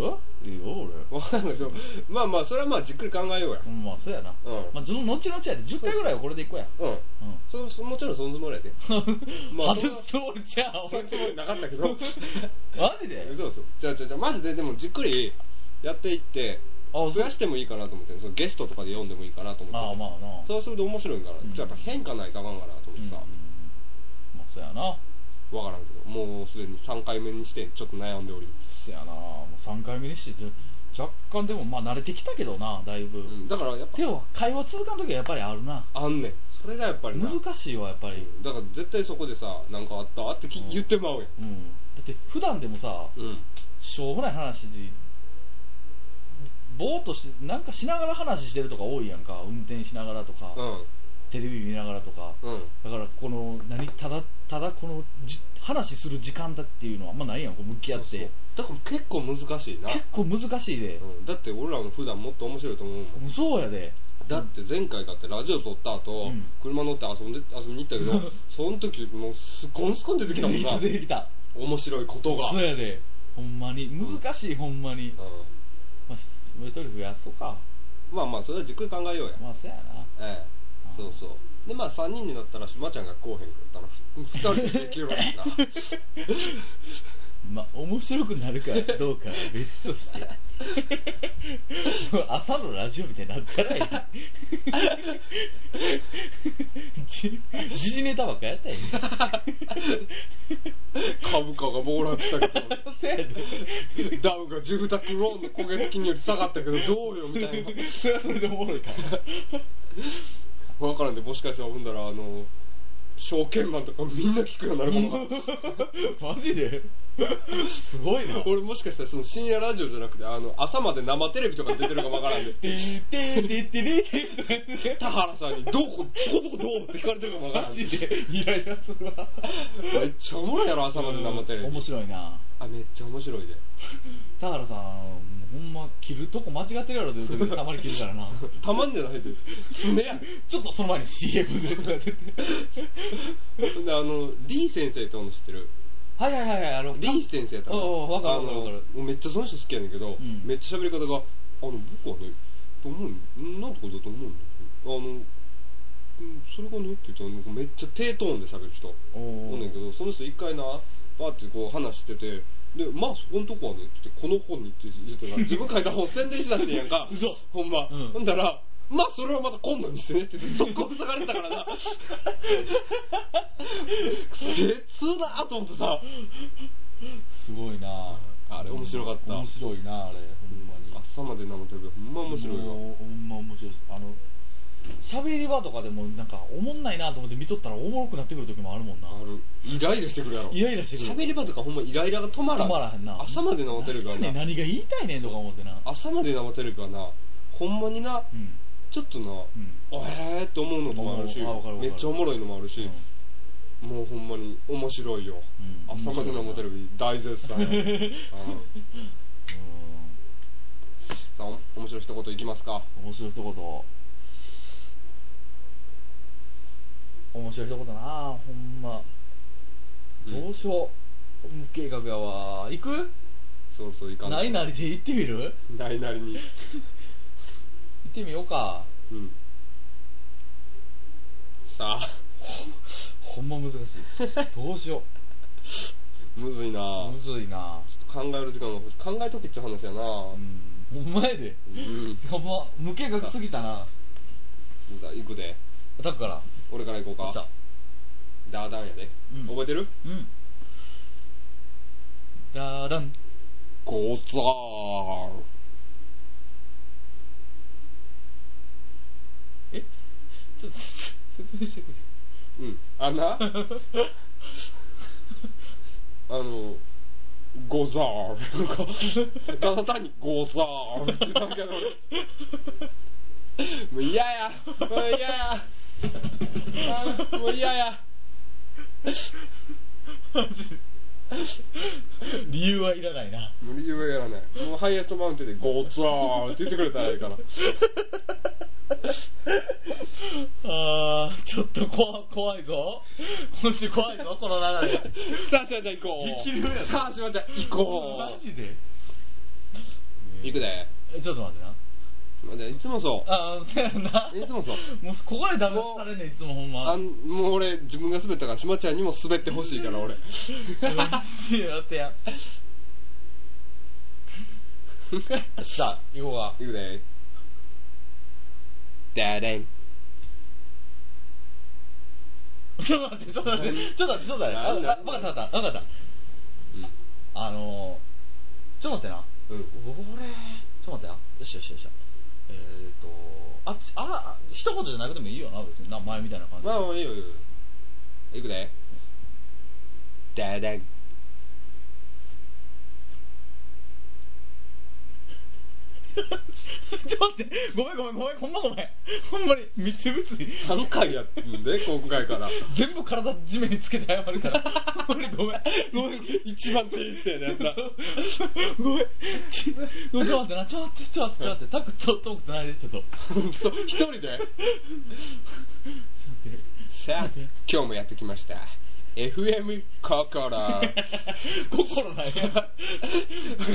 いいよ、俺。
わかんないけど、まあまあ、それはまあ、じっくり考えようや。
うん、まあ、そうやな。
うん。
まあ、その後々やで、10回ぐらいはこれでいこうや。
うん。
うん。
そそもちろんそのつもりやで。まあ、そん
外
な
すつもりじゃん、
そのつもりなかったけど。
マジで
そうそう。じゃあじゃあじゃあマジで、でもじっくりやっていって、
あ
増やしてもいいかなと思ってるそのゲストとかで読んでもいいかなと思ってる。
まあまあな。
そうすると面白いから、
うん
じゃあやっぱ変化ないとあかんかなと思
う
って
ん
さ、
まあ、そうやな。
わからんけど、もうすでに3回目にして、ちょっと悩んでおります。
そうやな。もう3回目にして、若干でも、まあ、慣れてきたけどな、だいぶ。
うん、だからやっぱ
で、も、会話続かんときはやっぱりあるな。
あんねん。それがやっぱりな。
難しいわ、やっぱり。
だから絶対そこでさ、なんかあったってき、
うん
言ってまうやん。
うん。だって、普段でもさ、
うん。
しょうもない話で、ぼーっとして、なんかしながら話してるとか多いやんか。運転しながらとか、テレビ見ながらとか。
うん。うん。
だから、この、何、ただ、ただこのじ、話する時間だっていうのはあんまないやん、こう向き合って。
そうそうだから結構難しいな。
結構難しいで。
うん、だって俺らの普段もっと面白いと思うもん。
そうやで。
だって前回だってラジオ撮った後、
うん
車乗って遊んで遊びに行ったけ ど、その時もうすっこんすこん出てきたもんな
出。てきた。
面白いことが。
そうやで。ほんまに。難しい、ほんまに。
う
まあ、一人増やそうか。
ん、まあまあ、それはじっくり考えようや。
まあ、そうやな。
ええ。そうそう。で、まあ3人になったら、しまちゃんがこうへんかったら、2人でできるわけ な。
まあ、面白くなるかどうかは別として。朝のラジオみたいになったらいい。じ時事ネタばっかやったらいい。
株価が暴落したけど。
そうやで。
ダウが住宅ローンの焦げ付きにより下がったけど、どうよみたいな。
それはそれでおもろいから。
わからんで、もしかしたら、ほんだら、あの、証券マンとかみんな聞くようになるかもな。
マジです ごいな。。
俺もしかしたら、その深夜ラジオじゃなくて、あの、朝まで生テレビとかに出てるかもわからんで
てーてーてーてーてーてーてー
田原さんに、どこ、どこどこどうって聞かれてるかもわから
マ
ん
ジ
で。
でイライラするわ。
めっ ちゃおもろいやろ、朝まで生テレビ。
面白いな。
あ、めっちゃ面白いで。
田原さん、ほんま、切るとこ間違ってるやろという時たまに切るから な。
たまんじゃないで。すねやん。
ちょっとその前に CM でとかやってて。
ほんで、あの、リー先生っての知ってる
はいはいはいはい、あの、
リー先生やったの
おうおうわかる
あの
わかるわか
めっちゃその人好きやねんけど、
うん
めっちゃ喋り方が、あの、僕はね、と思うん、なんてことだと思うんだけど、あの、うんそれがねって言ったら、なんかめっちゃ低トーンで喋る人、
お。
おんねんけど、その人一回な、バーってこう話してて、で、まあそこのとこはね、ってこの本にって言ってたら、自分書いた本宣伝しだしてんやんか
嘘
ほんま。
うん
ほんだら、まあそれはまた今度にしてねって言って、速攻で下がれたから な。絶だと思ってさ、
すごいな
あれ面白かった
面白いなあれ、ほんまに。
朝まで生テレビ、ほんま面白いよ。
もうほんま面白いです。あの、喋り場とかでもなんか、おもんないなと思って見とったらおもろくなってくる時もあるもんな
あ。る。イライラしてくるやろ。
イライラしてくる。
喋ればとかほんまイライラが止まらん。
止まらへんな
朝まで生テレビは
ね、
な、
何が言いたいねんとか思ってな。
朝まで生テレビはな、ほんまにな、
うん。
ちょっとな、
うん。
おへーって思うのもあるし
うんあわかるわ、か
め
る
っちゃおもろいのもあるし、もうほんまに面白いよ。
うん
朝まで生テレビ大絶賛 や。うん
う
さあ、お面白い一言いきますか。
ん。面白い一言。面白い一言なあほんま。
うん
どうしよう。無計画やわ。行く
そろそろいかんと
ないなりで行ってみる
ないなりに。
行ってみようか。
うん。さあ、
ほんま難しい。どうしよ
むずいな
う。むずいな
考える時間が欲しい考えとけっちゃう話やな
うん。ほんまやで。
うん。
ほんま、無計画すぎたな。
じゃあ行くで。
だから、
俺から行こ
どう
う
した
か。ダーダンやで。
うん
覚えてる
うん。だーらん。
ゴザー
えちょっと、説明してくれ。
うん。あんな、あの、ゴザ ール。ただ単にゴザールって言ったけど、もう嫌や。もう嫌や。あもう嫌や。
マジで理由はいらないな。
無理言うやらない。もうハイエストマウンテンでゴザールって言ってくれたらいいから。
あー、ちょっと怖怖いぞ。今週怖いぞ、この流れ。
さあ、しまちゃん行こう。
激流やな
さあ、しまちゃん行こ
マジで
う。行くで。
えちょっと待ってな。
まあじゃあいつもそう。
あー、そうやな。
いつもそう。
もうここでダメされんねん、いつもほんま。
あんもう俺、自分が滑ったから、しまちゃんにも滑ってほしいから、 俺。
マジで、だってや。さあ、行こうか。
行くで。ダダン。
ちょっと待って、ちょっと待って、ちょっと待って、ちょっと待って。あ、あわかったわかった、わかった。あのー、ちょっと待ってな。
うん。うん。
俺、ちょっと待ってな。よしよしよし。えーと、あっち、あ、一言じゃなくてもいいよな、別にな、前みたいな感じで。
まあ、もういいよ、いいよ。行くで。ダダン。
ちょっと待って、ごめんごめんごめん、ほんまごめん。ほんまに、みつぶつに。
3回やってん で、今回から。
全部体地面につけて謝るから。俺ごめん。ごめん。
一番低姿勢だやつら。
ごめん。ちちょっと待ってな、ちょっと待って、ちょっと待って、ちょっと待って。タックとトークとないで、ちょっと。ちょっ
そう、一人で
と待って。
さあ、今日もやってきました。FM 心。
心ないや。だか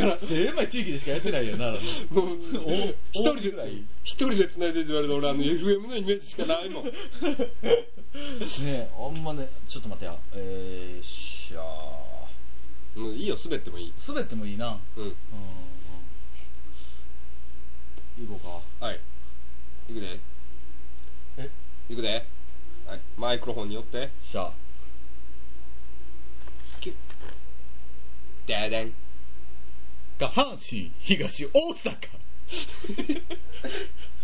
ら、狭い地域でしかやってないよな。
もう
お
一人
大ぐら
で
い、
一人で繋いでって言われた俺、あの FM のイメージしかないもん。
ねえ、ほんまね、ちょっと待ってよ。えー、しゃ
もういいよ、滑ってもいい。
ー。滑ってもいいな。
うん。
うん。行こ
はい。いくで。
うか。え
いくで。はい。マイクロフォンによって。
しゃー。
キュッ。ダダン。
が阪神、東、大阪。
ち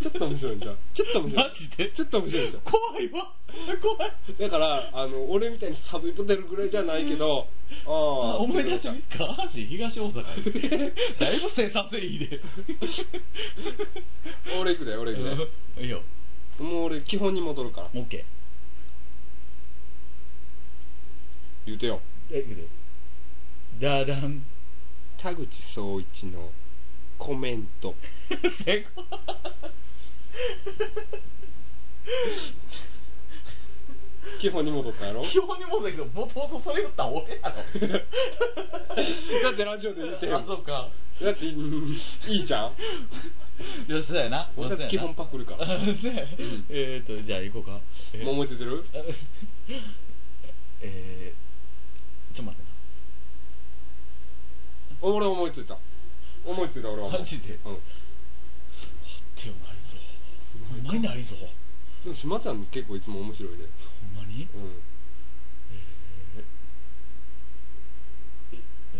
ょっと面白いんじゃん。ちょっと面白い
マ。ジで
ちょっと面白いじゃん。
怖いわ。怖い。
だから、あの、俺みたいにサブイボ出るぐらいじゃないけど、 ああ。
思い出してみっか。阪神、東、大 阪。だいぶ生産性いいで。
俺行くで、俺行く
いいよ。
で。もう俺、基本に戻るから。
オッケー。
言うてよ。
え、行くで。ダダン。
田口総一のコメント。
成功。
基本に戻ったや ろ
基本にもだけど、もともとそれ言ったら俺や
だってラジオで言って
ろ。あ、そう
よ。
か。
だって、うんいいじゃん。
よし、そうやな。
俺だって基本パクるから。
あ そうや
ん
えーと、じゃあ行こうか。えー
もう思いついてる
えー、ちょっと待ってな。
俺思いついた。思いついた、俺はもう。
マジで
うん。
手はないぞ。ほんまにないぞ。
でも、島ちゃん結構いつも面白いで。
ほんまによ
うん。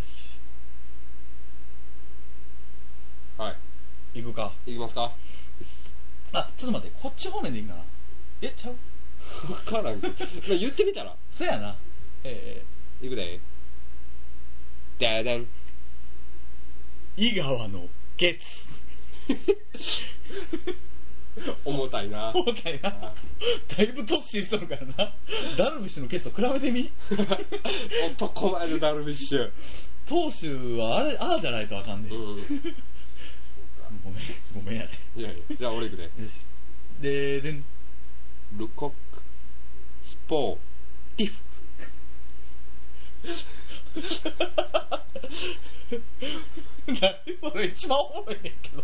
し。
はい。
行くか。
いきますか
あ、ちょっと待って、こっち方面でいいんかな。え、ちゃう
わからんけど。 まあ言ってみたら。
そやな。え
いくで。ダダ ン。
ー、井川のゲツ。
重たいな。
今回な、だいぶ突進しとるからな。ダルビッシュのケツと比べてみ。
男前のダルビッシュ。
投手はあれ、ああじゃないとあかんね、。
うんん。
ごめん、ごめんやで。
いやいや、じゃあ俺いくで。
よし。で、でん、
ルコック、スポー、ティフ。
何それ一番おもろいねんけど。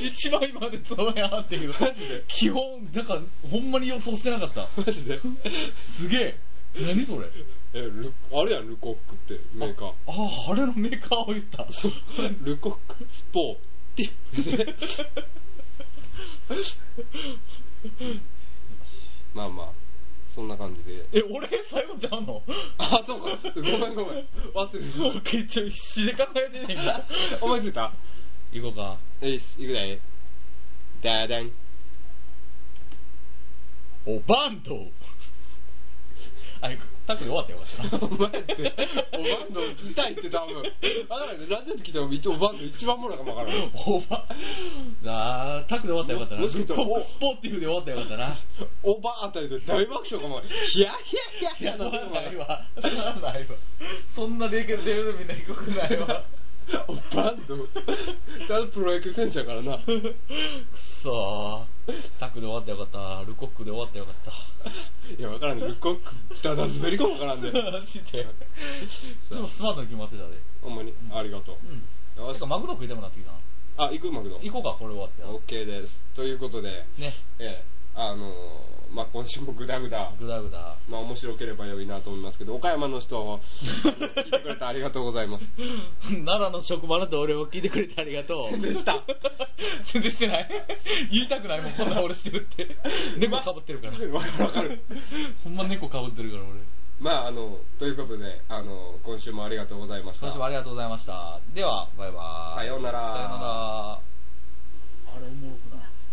一番今までその辺あってんけど。
マジで
基本、なんか、ほんまに予想してなかった。
マ ジで。
すげえ。何それ
え、ルあれやん、ルコックって、メーカー。
ああ、あれのメーカーを言った。
ルコックスポーテ ィ。まあまあ、そんな感じで。
え、俺、最後ちゃうの
あ、そうか。ごめんごめん。忘れて
僕一応必死で考えて んねんけど。
た。思いついた
行こうか。
えいっす、いくで。ダダン。
おバンドあれ、タックル終わったよかった
お前って、おバンド痛いって多分。あだからねラジオで聞いたら一応おバンド一番もろかもわからん。
おば、あータックで終わったらよかったな。
もしかしたら
ポップスポーティフで終わったらよかったな。
おばあたりで大爆笑かもわからん。ヒヤヒヤヒ
い
ヤヒヤ
や、
な
そ
の
んなないわ。そんなないわ。 そんなレベルみんな低くないわ。
おバンド。ただプロ野球選手や からな。
くそー。タックで終わったらよかった。ルコックで終わったらよかった。
いや、わからんね。ルコック、ダダ滑りかもわからんね。
マジで。でもスマートに決まってたで。
ほんまに。ありがとう。
うん。
よ
て
し
か、。マグロ食いたくなってきたな。
あ、行くマクド。
行こうか、これ終わった
オ
ら
ッケーです。ということで、
ね。
ええ、あのー、まあ、今週もグダグダ。
ぐだぐだ。
まあ、面白ければ良いなと思いますけど、岡山の人、聞いてくれてありがとうござい ます。
奈良の職場の同僚を聞いてくれてありがとう。
宣伝 した。
宣伝してない言いたくないも ん、こんな俺してるって。猫かぶってるから。
わかるわかる。
ほんま猫かぶってるから俺。
まあ、あの、ということで、あの、今週もありがとうございました。
今週もありがとうございました。では、バイバーイ。
さようなら
さようなら。あれ、もう